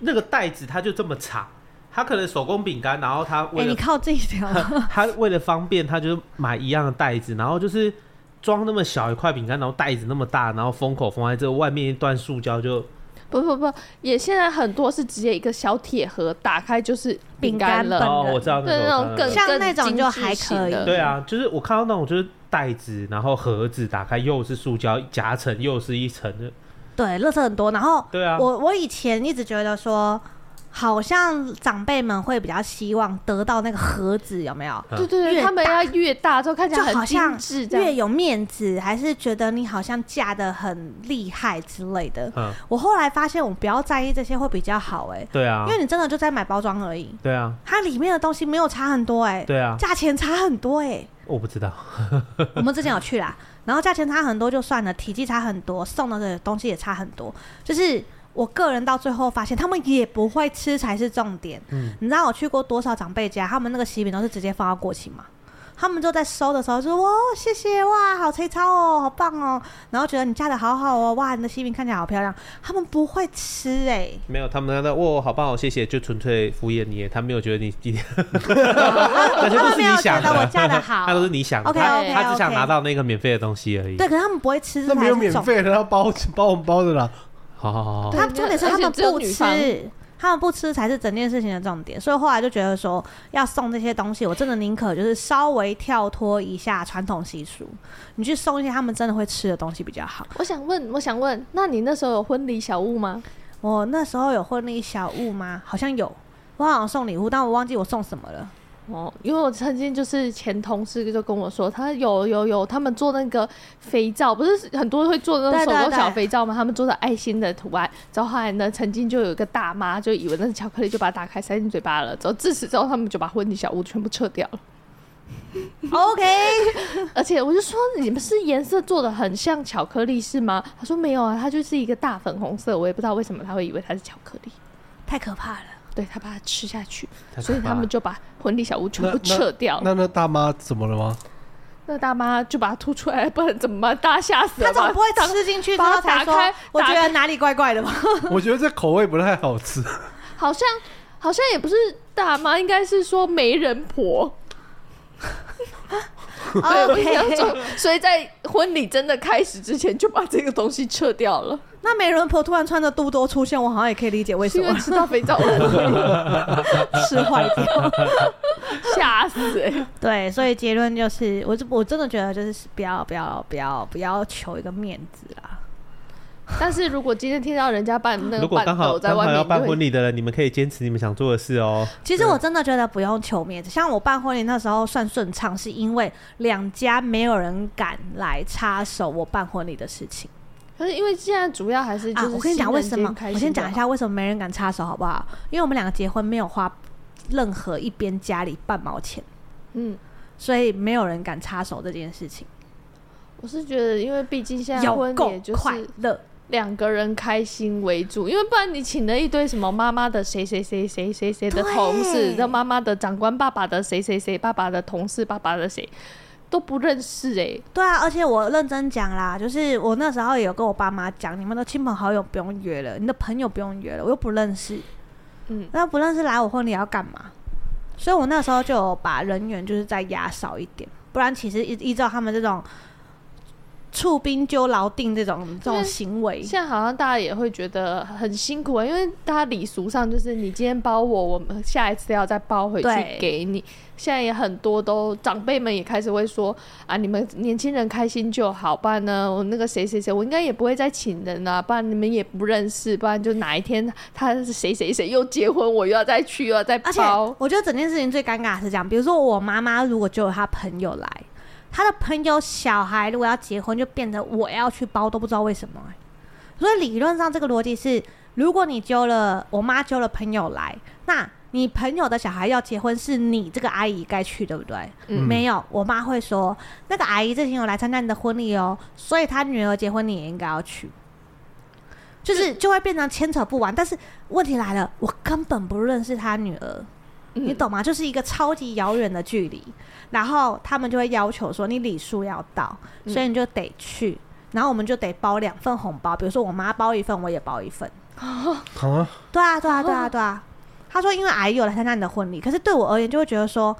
Speaker 5: 那个袋子它就这么长，它可能手工饼干，然后它
Speaker 3: 哎、
Speaker 5: 为了
Speaker 3: 你靠近一点哦，
Speaker 5: 他为了方便，他就是买一样的袋子，然后就是装那么小一块饼干，然后袋子那么大，然后封口封在这外面一段塑胶就
Speaker 4: 不不不，也现在很多是直接一个小铁盒打开就是饼干
Speaker 3: 本
Speaker 4: 了
Speaker 3: 饼干，
Speaker 5: 哦，
Speaker 3: 人
Speaker 5: 我知道那
Speaker 4: 对
Speaker 5: 个
Speaker 4: 那
Speaker 5: 我
Speaker 4: 种
Speaker 5: 知
Speaker 4: 更
Speaker 5: 道那
Speaker 3: 像
Speaker 4: 更
Speaker 3: 那种
Speaker 4: 精
Speaker 3: 就
Speaker 4: 致
Speaker 3: 还
Speaker 4: 型
Speaker 3: 可以
Speaker 4: 的
Speaker 5: 个对啊，就是我看到那种就是袋子，然后盒子打开又是塑胶夹层，又是一层的，
Speaker 3: 对，乐色很多。然后
Speaker 5: 对啊，
Speaker 3: 我我以前一直觉得说，好像长辈们会比较希望得到那个盒子，有没有？
Speaker 5: 嗯
Speaker 4: 对对
Speaker 3: 越
Speaker 4: 对，他们要越大之后看起
Speaker 3: 就
Speaker 4: 来
Speaker 3: 好
Speaker 4: 很精
Speaker 3: 像
Speaker 4: 致，这
Speaker 3: 越
Speaker 4: 样
Speaker 3: 有面子，还是觉得你好像嫁的很厉害之类的。
Speaker 5: 嗯，
Speaker 3: 我后来发现，我不要在意这些会比较好、欸，
Speaker 5: 对啊
Speaker 3: 因，为你真的就在买包装而已，
Speaker 5: 对啊，
Speaker 3: 它里面的东西没有差很多、欸，哎，
Speaker 5: 对啊，
Speaker 3: 价钱差很多、欸，
Speaker 5: 我不知道，
Speaker 3: 哎，我们之前有去啦，然后价钱差很多就算了，体积差很多，送的的东西也差很多，就是。我个人到最后发现，他们也不会吃才是重点。
Speaker 5: 嗯
Speaker 3: 你知道我去过多少长辈家，他们那个喜饼都是直接放到过期吗？他们就在收的时候就说：“哇，哦谢谢哇，好粗糙哦，好棒哦。”然后觉得你嫁的好好哦，哇，你的喜饼看起来好漂亮。他们不会吃哎、
Speaker 5: 没有，他们那个哇，好棒哦，谢谢，就纯粹敷衍你，他没有觉得你今 天，那些都是
Speaker 3: 没有
Speaker 5: 你
Speaker 3: 觉
Speaker 5: 想
Speaker 3: 得我
Speaker 5: 的，
Speaker 3: 嫁的好
Speaker 5: 那都是你想的，
Speaker 3: OK
Speaker 5: 他
Speaker 3: OK，
Speaker 5: 他只想拿到那个免费的东西而已。
Speaker 3: 对，可是他们不会吃，
Speaker 2: 那没有
Speaker 3: 才是
Speaker 2: 免
Speaker 3: 重
Speaker 2: 费的，他包包红包的啦。
Speaker 5: 好好好好
Speaker 4: 对
Speaker 5: 好，
Speaker 3: 他重点是他们
Speaker 4: 而且只有
Speaker 3: 不
Speaker 4: 女方
Speaker 3: 吃，他们不吃才是整件事情的重点。所以后来就觉得说，要送这些东西，我真的宁可就是稍微跳脱一下传统习俗，你去送一些他们真的会吃的东西比较好。
Speaker 4: 我想问，我想问，那你那时候有婚礼小物吗？
Speaker 3: 我那时候有婚礼小物吗？好像有，我好像送礼物，但我忘记我送什么了。
Speaker 4: 哦，因为我曾经就是前同事就跟我说，他有有有，他们做那个肥皂，不是很多会做那种
Speaker 3: 对对
Speaker 4: 手工
Speaker 3: 对
Speaker 4: 小肥皂吗？他们做的爱心的图案，然后后来呢，曾经就有一个大妈就以为那是巧克力，就把它打开塞进嘴巴了。之后自此之后，他们就把婚礼小屋全部撤掉了。
Speaker 3: OK，
Speaker 4: 而且我就说你们是颜色做的很像巧克力是吗？他说没有啊，它就是一个大粉红色，我也不知道为什么他会以为它是巧克力。
Speaker 3: 太可怕了。
Speaker 4: 对他把它吃下去，
Speaker 5: 太可
Speaker 4: 所以
Speaker 5: 怕
Speaker 4: 他们
Speaker 5: 了
Speaker 4: 就把婚礼小屋全
Speaker 2: 那
Speaker 4: 部撤掉。
Speaker 2: 那那大妈怎么了吗？
Speaker 4: 那大妈就把它吐出来，不然怎么办？大家吓死
Speaker 3: 他
Speaker 4: 了吧。
Speaker 3: 总不会吃进去之后才说
Speaker 4: 把它打开，
Speaker 3: 我觉
Speaker 4: 打
Speaker 3: 得
Speaker 4: 开
Speaker 3: 哪里怪怪的吧？
Speaker 2: 我觉得这口味不太好吃。
Speaker 4: 好像好像也不是大妈，应该是说媒人婆。对，我想
Speaker 3: 哦 OK，
Speaker 4: 说，所以在婚礼真的开始之前就把这个东西撤掉了，
Speaker 3: 那美人婆突然穿着肚兜出现，我好像也可以理解为什
Speaker 4: 是因为
Speaker 3: 么
Speaker 4: 吃到肥皂了，
Speaker 3: 吃坏掉。
Speaker 4: 吓死、欸！
Speaker 3: 对，所以结论就是，我就我真的觉得就是不要不要不要不要求一个面子啦。
Speaker 4: 但是如果今天听到人家办那
Speaker 5: 如
Speaker 4: 个
Speaker 5: 果
Speaker 4: 伴
Speaker 5: 刚好
Speaker 4: 奏在
Speaker 5: 刚
Speaker 4: 外
Speaker 5: 好
Speaker 4: 面，
Speaker 5: 要办
Speaker 4: 你就会
Speaker 5: 婚礼的人，你们可以坚持你们想做的事哦。
Speaker 3: 其实我真的觉得不用求面子，像我办婚礼那时候算顺畅，是因为两家没有人敢来插手我办婚礼的事情
Speaker 4: 可是因为现在主要还是就
Speaker 3: 啊
Speaker 4: 是、。
Speaker 3: 我跟你讲为什么，我先讲一，下为什么没人敢插手好不好？因为我们两个结婚没有花任何一边家里半毛钱，
Speaker 4: 嗯。
Speaker 3: 所以没有人敢插手这件事情，
Speaker 4: 我是觉得，因为毕竟现在
Speaker 3: 有
Speaker 4: 婚
Speaker 3: 够
Speaker 4: 礼也就
Speaker 3: 快
Speaker 4: 是
Speaker 3: 乐。
Speaker 4: 两个人开心为主，因为不然你请了一堆什么妈妈的谁谁谁谁谁谁的
Speaker 3: 对
Speaker 4: 同事，那妈妈的长官爸爸的谁谁谁爸爸的同事爸爸的谁，都不认识哎、
Speaker 3: 对啊，而且我认真讲啦，就是我那时候也有跟我爸妈讲，你们的亲朋好友不用约了，你的朋友不用约了，我又不认识，
Speaker 4: 嗯，
Speaker 3: 那不认识来我婚礼要干嘛？所以我那时候就有把人员就是再压少一点，不然其实依依照他们这种处兵纠劳定这种这种行为，
Speaker 4: 现在好像大家也会觉得很辛苦啊、因为大家礼俗上就是你今天包我，我们下一次要再包回去
Speaker 3: 对
Speaker 4: 给你。现在也很多都长辈们也开始会说啊，你们年轻人开心就好，不然呢，我那个谁谁谁，我应该也不会再请人了、不然你们也不认识，不然就哪一天他是谁谁谁又结婚，我又要再去，又要再
Speaker 3: 而且
Speaker 4: 包。
Speaker 3: 我觉得整件事情最尴尬的是这样，比如说我妈妈如果就有她朋友来，她的朋友小孩如果要结婚，就变成我要去包，都不知道为什么欸、所以理论上这个逻辑是，如果你揪了我妈揪了朋友来，那你朋友的小孩要结婚是你这个阿姨该去，对不对？
Speaker 4: 嗯
Speaker 3: 没有，我妈会说那个阿姨之前有来参加你的婚礼哦，所以她女儿结婚你也应该要去。就是就会变成牵扯不完，但是问题来了，我根本不认识她女儿，你
Speaker 4: 嗯
Speaker 3: 懂吗？就是一个超级遥远的距离，然后他们就会要求说你礼数要到，
Speaker 4: 嗯
Speaker 3: 所以你就得去，然后我们就得包两份红包，比如说我妈包一份，我也包一份。
Speaker 2: 啊，
Speaker 3: 对啊，对啊，对啊，对啊。他说因为阿姨有来参加你的婚礼，可是对我而言就会觉得说，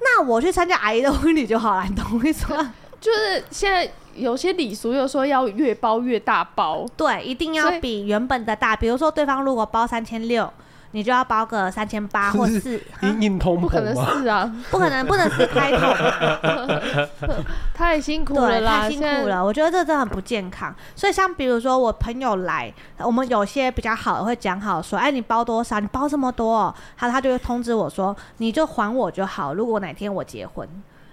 Speaker 3: 那我去参加阿姨的婚礼就好了，你懂我意思吗？
Speaker 4: 就是现在有些礼俗又说要越包越大包，
Speaker 3: 对，一定
Speaker 4: 所
Speaker 3: 要
Speaker 4: 以
Speaker 3: 比原本的大，比如说对方如果包三千六。你就要包个三千八或
Speaker 2: 是
Speaker 3: 四，嗯
Speaker 2: 因应通
Speaker 4: 不可
Speaker 2: 膨
Speaker 4: 能
Speaker 2: 吗？
Speaker 4: 是啊。
Speaker 3: 不可能不能是开头嘛，
Speaker 4: 太辛苦了
Speaker 3: 对，
Speaker 4: 啦，
Speaker 3: 太辛
Speaker 4: 现
Speaker 3: 苦
Speaker 4: 在。
Speaker 3: 了。我觉得这真的很不健康。所以像比如说我朋友来，我们有些比较好的会讲好说，哎，你包多少？你包这么多哦、他他就会通知我说，你就还我就好。如果哪天我结婚，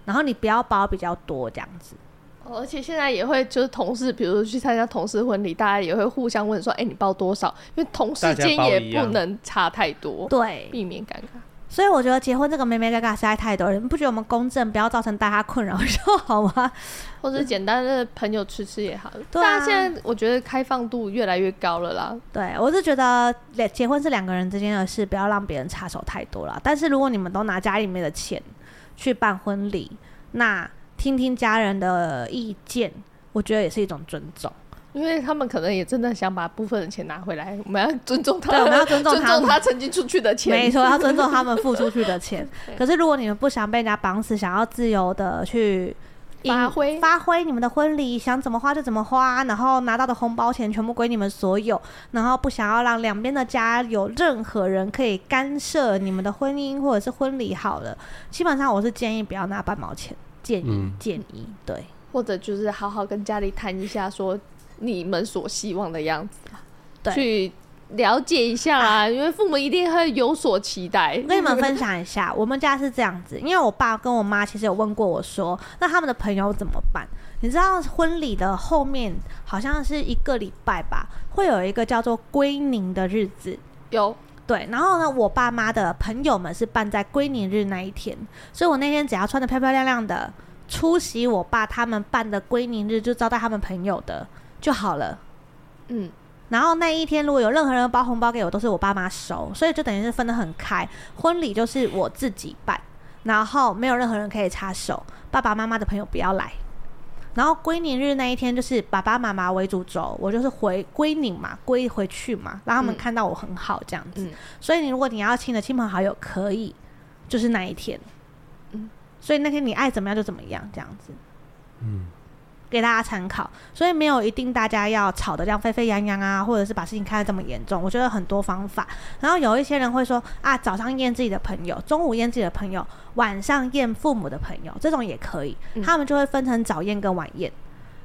Speaker 3: 然后你不要包比较多这样子。
Speaker 4: 哦而且现在也会就是同事，比如说去参加同事婚礼，大家也会互相问说：“哎、你包多少？”因为同事间
Speaker 5: 大家包一
Speaker 4: 也
Speaker 5: 样
Speaker 4: 不能差太多，
Speaker 3: 对，
Speaker 4: 避免尴尬。
Speaker 3: 所以我觉得结婚这个妹妹嘎嘎实在太多了，你不觉得我们公正不要造成大家困扰 就好吗？
Speaker 4: 或者简单的朋友吃吃也好。
Speaker 3: 对啊
Speaker 4: 大家现在我觉得开放度越来越高了啦。
Speaker 3: 对我是觉得两结婚是两个人之间的事，不要让别人插手太多了。但是呃如果你们都拿家里面的钱去办婚礼，那听听家人的意见，我觉得也是一种尊重。
Speaker 4: 因为他们可能也真的想把部分的钱拿回来，我们要尊重他，
Speaker 3: 对我们要尊重他
Speaker 4: 他，曾经出去的钱。
Speaker 3: 没 错，要尊重他们付出去的钱
Speaker 4: 对。
Speaker 3: 可是如果你们不想被人家绑死，想要自由的去
Speaker 4: 发
Speaker 3: 应
Speaker 4: 挥
Speaker 3: 发挥你们的婚礼，想怎么花就怎么花，然后拿到的红包钱全部归你们所有，然后不想要让两边的家有任何人可以干涉你们的婚姻或者是婚礼好了。基本上我是建议不要拿半毛钱，建议、
Speaker 2: 嗯
Speaker 3: 建议对。
Speaker 4: 或者就是好好跟家里谈一下，说你们所希望的样子啊，
Speaker 3: 对啊
Speaker 4: 去了解一下啦，因为父母一定会有所期待。
Speaker 3: 我跟你们分享一下，我们家是这样子，因为我爸跟我妈其实有问过我说，那他们的朋友怎么办？你知道婚礼的后面好像是一个礼拜吧，会有一个叫做归宁的日子。
Speaker 4: 有
Speaker 3: 对，然后呢，我爸妈的朋友们是办在归宁日那一天，所以我那天只要穿的漂漂亮亮的，出席我爸他们办的归宁日，就招待他们朋友的就好了。
Speaker 4: 嗯，
Speaker 3: 然后那一天如果有任何人包红包给我，都是我爸妈收，所以就等于是分得很开。婚礼就是我自己办，然后没有任何人可以插手，爸爸妈妈的朋友不要来。然后归宁日那一天就是爸爸妈妈为主轴，我就是回归宁嘛，归回去嘛，让他们
Speaker 4: 嗯
Speaker 3: 看到我很好这样子。
Speaker 4: 嗯
Speaker 3: 所以你如果你要亲的亲朋好友可以，就是那一天。
Speaker 4: 嗯
Speaker 3: 所以那天你爱怎么样就怎么样这样子。
Speaker 2: 嗯，
Speaker 3: 给大家参考，所以没有一定大家要吵得这样沸沸扬扬啊，或者是把事情看得这么严重。我觉得很多方法，然后有一些人会说啊，早上验自己的朋友，中午验自己的朋友，晚上验父母的朋友，这种也可以，
Speaker 4: 嗯
Speaker 3: 他们就会分成早验跟晚验。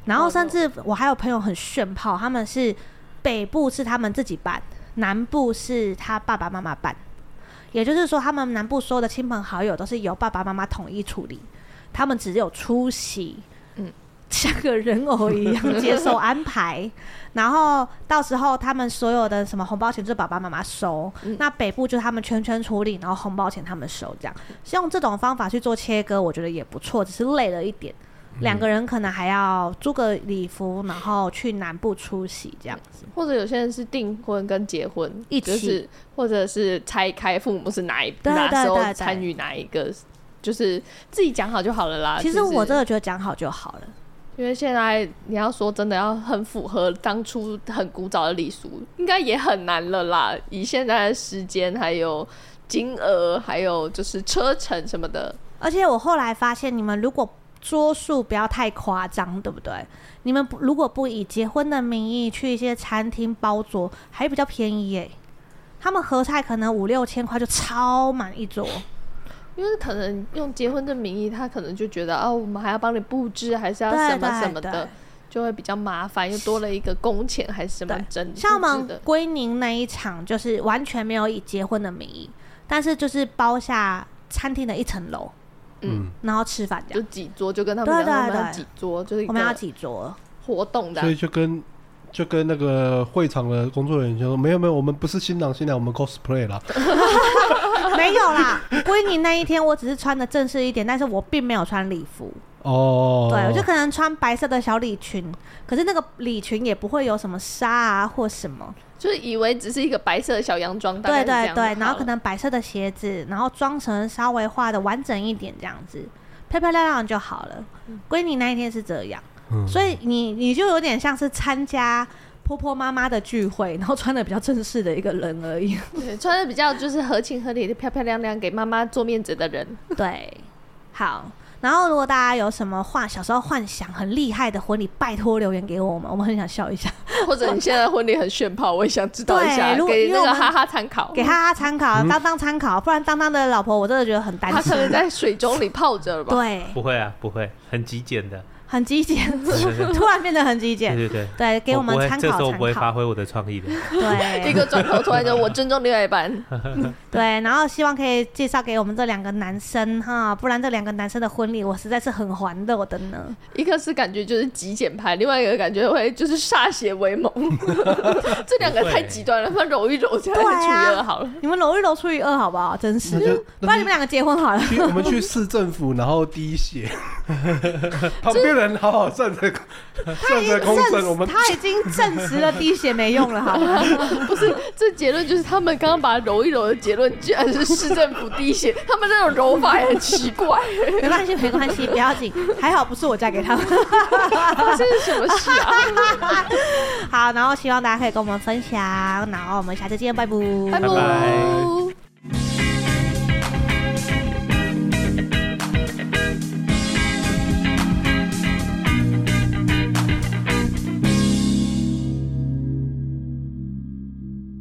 Speaker 3: 然后甚至我还有朋友很炫炮，他们是北部是他们自己办，南部是他爸爸妈妈办，也就是说他们南部所有的亲朋好友都是由爸爸妈妈统一处理，他们只有出席，
Speaker 4: 嗯，
Speaker 3: 像个人偶一样接受安排，然后到时候他们所有的什么红包钱就是爸爸妈妈收，
Speaker 4: 嗯
Speaker 3: 那北部就是他们全权处理，然后红包钱他们收，这样用这种方法去做切割，我觉得也不错，只是累了一点。两个人可能还要租个礼服，然后去南部出席这样子。
Speaker 4: 或者有些人是订婚跟结婚
Speaker 3: 一
Speaker 4: 就
Speaker 3: 起
Speaker 4: 是或者是拆开，父母是哪一
Speaker 3: 对
Speaker 4: 哪时
Speaker 3: 对
Speaker 4: 候
Speaker 3: 对对
Speaker 4: 参与哪一个，就是自己讲好就好了啦。
Speaker 3: 其实
Speaker 4: 就是
Speaker 3: 我真的觉得讲好就好了。
Speaker 4: 因为现在你要说真的要很符合当初很古早的礼俗，应该也很难了啦。以现在的时间，还有金额，还有就是车程什么的，
Speaker 3: 而且我后来发现，你们如果桌数不要太夸张，对不对？你们不如果不以结婚的名义去一些餐厅包桌，还比较便宜耶、他们合菜可能五六千块就超满一桌，
Speaker 4: 因为可能用结婚的名义，他可能就觉得哦，我们还要帮你布置，还是要
Speaker 3: 对
Speaker 4: 什么
Speaker 3: 对
Speaker 4: 什么的
Speaker 3: 对，
Speaker 4: 就会比较麻烦，又多了一个工钱还是什么
Speaker 3: 对
Speaker 4: 整
Speaker 3: 像我
Speaker 4: 布置
Speaker 3: 们
Speaker 4: 的。
Speaker 3: 归宁那一场，就是完全没有以结婚的名义，但是就是包下餐厅的一层楼，
Speaker 2: 嗯，
Speaker 3: 然后吃饭这
Speaker 4: 就
Speaker 3: 样。
Speaker 4: 几桌，就跟他们讲
Speaker 3: 对
Speaker 4: 他
Speaker 3: 对
Speaker 4: 们要
Speaker 3: 对
Speaker 4: 几桌，就是一
Speaker 3: 我们要
Speaker 4: 个
Speaker 3: 几桌？
Speaker 4: 活动的啊
Speaker 2: 所以就跟就跟那个会场的工作人员就说，没有没有，我们不是新郎新娘，我们 cosplay 啦。
Speaker 3: 没有啦， 归宁那一天我只是穿的正式一点，但是我并没有穿礼服。
Speaker 2: 哦，
Speaker 3: 对，我就可能穿白色的小礼裙，可是那个礼裙也不会有什么纱啊或什么。
Speaker 4: 就是以为只是一个白色的小洋装，大
Speaker 3: 对
Speaker 4: 概是这
Speaker 3: 对
Speaker 4: 样
Speaker 3: 对，然
Speaker 4: 就好
Speaker 3: 后可
Speaker 4: 了
Speaker 3: 能白色的鞋子，然后妆成稍微画的完整一点这样子，漂漂亮亮就好了。
Speaker 4: 嗯
Speaker 3: 归你那一天是这样，
Speaker 2: 嗯
Speaker 3: 所以你你就有点像是参加。婆婆妈妈的聚会，然后穿的比较正式的一个人而已。
Speaker 4: 对穿的比较就是合情合理、漂漂亮亮，给妈妈做面子的人。
Speaker 3: 对，好。然后如果大家有什么幻小时候幻想很厉害的婚礼，拜托留言给我们，我们很想笑一下。
Speaker 4: 或者你现在婚礼很炫炮，我也想知道一下，
Speaker 3: 对如果
Speaker 4: 给
Speaker 3: 因为
Speaker 4: 那
Speaker 3: 我
Speaker 4: 个
Speaker 3: 们
Speaker 4: 哈哈参考。
Speaker 3: 给他参
Speaker 5: 嗯
Speaker 3: 考，当当参考，不然当当的老婆我真的觉得很担
Speaker 4: 他可能
Speaker 3: 心。
Speaker 4: 在水中里泡着了吧？
Speaker 3: 对，
Speaker 5: 不会啊，不会，很极简的。
Speaker 3: 很极简，
Speaker 5: 对对对
Speaker 3: 突然变得很极
Speaker 5: 对
Speaker 3: 简。
Speaker 5: 对对，
Speaker 3: 对，给
Speaker 5: 我
Speaker 3: 我们
Speaker 5: 不会
Speaker 3: 参
Speaker 5: 这时候
Speaker 3: 考
Speaker 5: 我不会
Speaker 3: 参
Speaker 5: 发
Speaker 3: 考。
Speaker 5: 挥我的创意的。
Speaker 4: 一
Speaker 3: 对
Speaker 4: 个转头突然就我尊重另外一半，
Speaker 3: 对，然后希望可以介绍给我们这两个男生哈，不然这两个男生的婚礼我实在是很欢乐的呢。
Speaker 4: 一个是感觉就是极简派，另外一个感觉会就是歃血为盟， 这两个太极端了，他揉一揉这样就
Speaker 3: 对啊
Speaker 4: 除以二好了。
Speaker 3: 你们揉一揉除以二好不好？真是
Speaker 2: 那就，
Speaker 3: 不然你们两个结婚好了。
Speaker 2: 去我们去市政府，然后滴 血，旁边人好好站着，
Speaker 3: 他
Speaker 2: 站
Speaker 3: 已
Speaker 2: 着
Speaker 3: 经
Speaker 2: 公正，我
Speaker 3: 证
Speaker 2: 们
Speaker 3: 他已经证实了滴血没用了，好 吗？
Speaker 4: 这结论就是他们刚刚把揉一揉的结论，居然是市政府滴血，他们那种揉法也很奇 怪，
Speaker 3: 没关系，没关系，不要紧，还好不是我嫁给他们。
Speaker 4: 发生了什么事啊？
Speaker 3: 好，然后希望大家可以跟我们分享，然后我们下次见，拜拜。
Speaker 5: 拜拜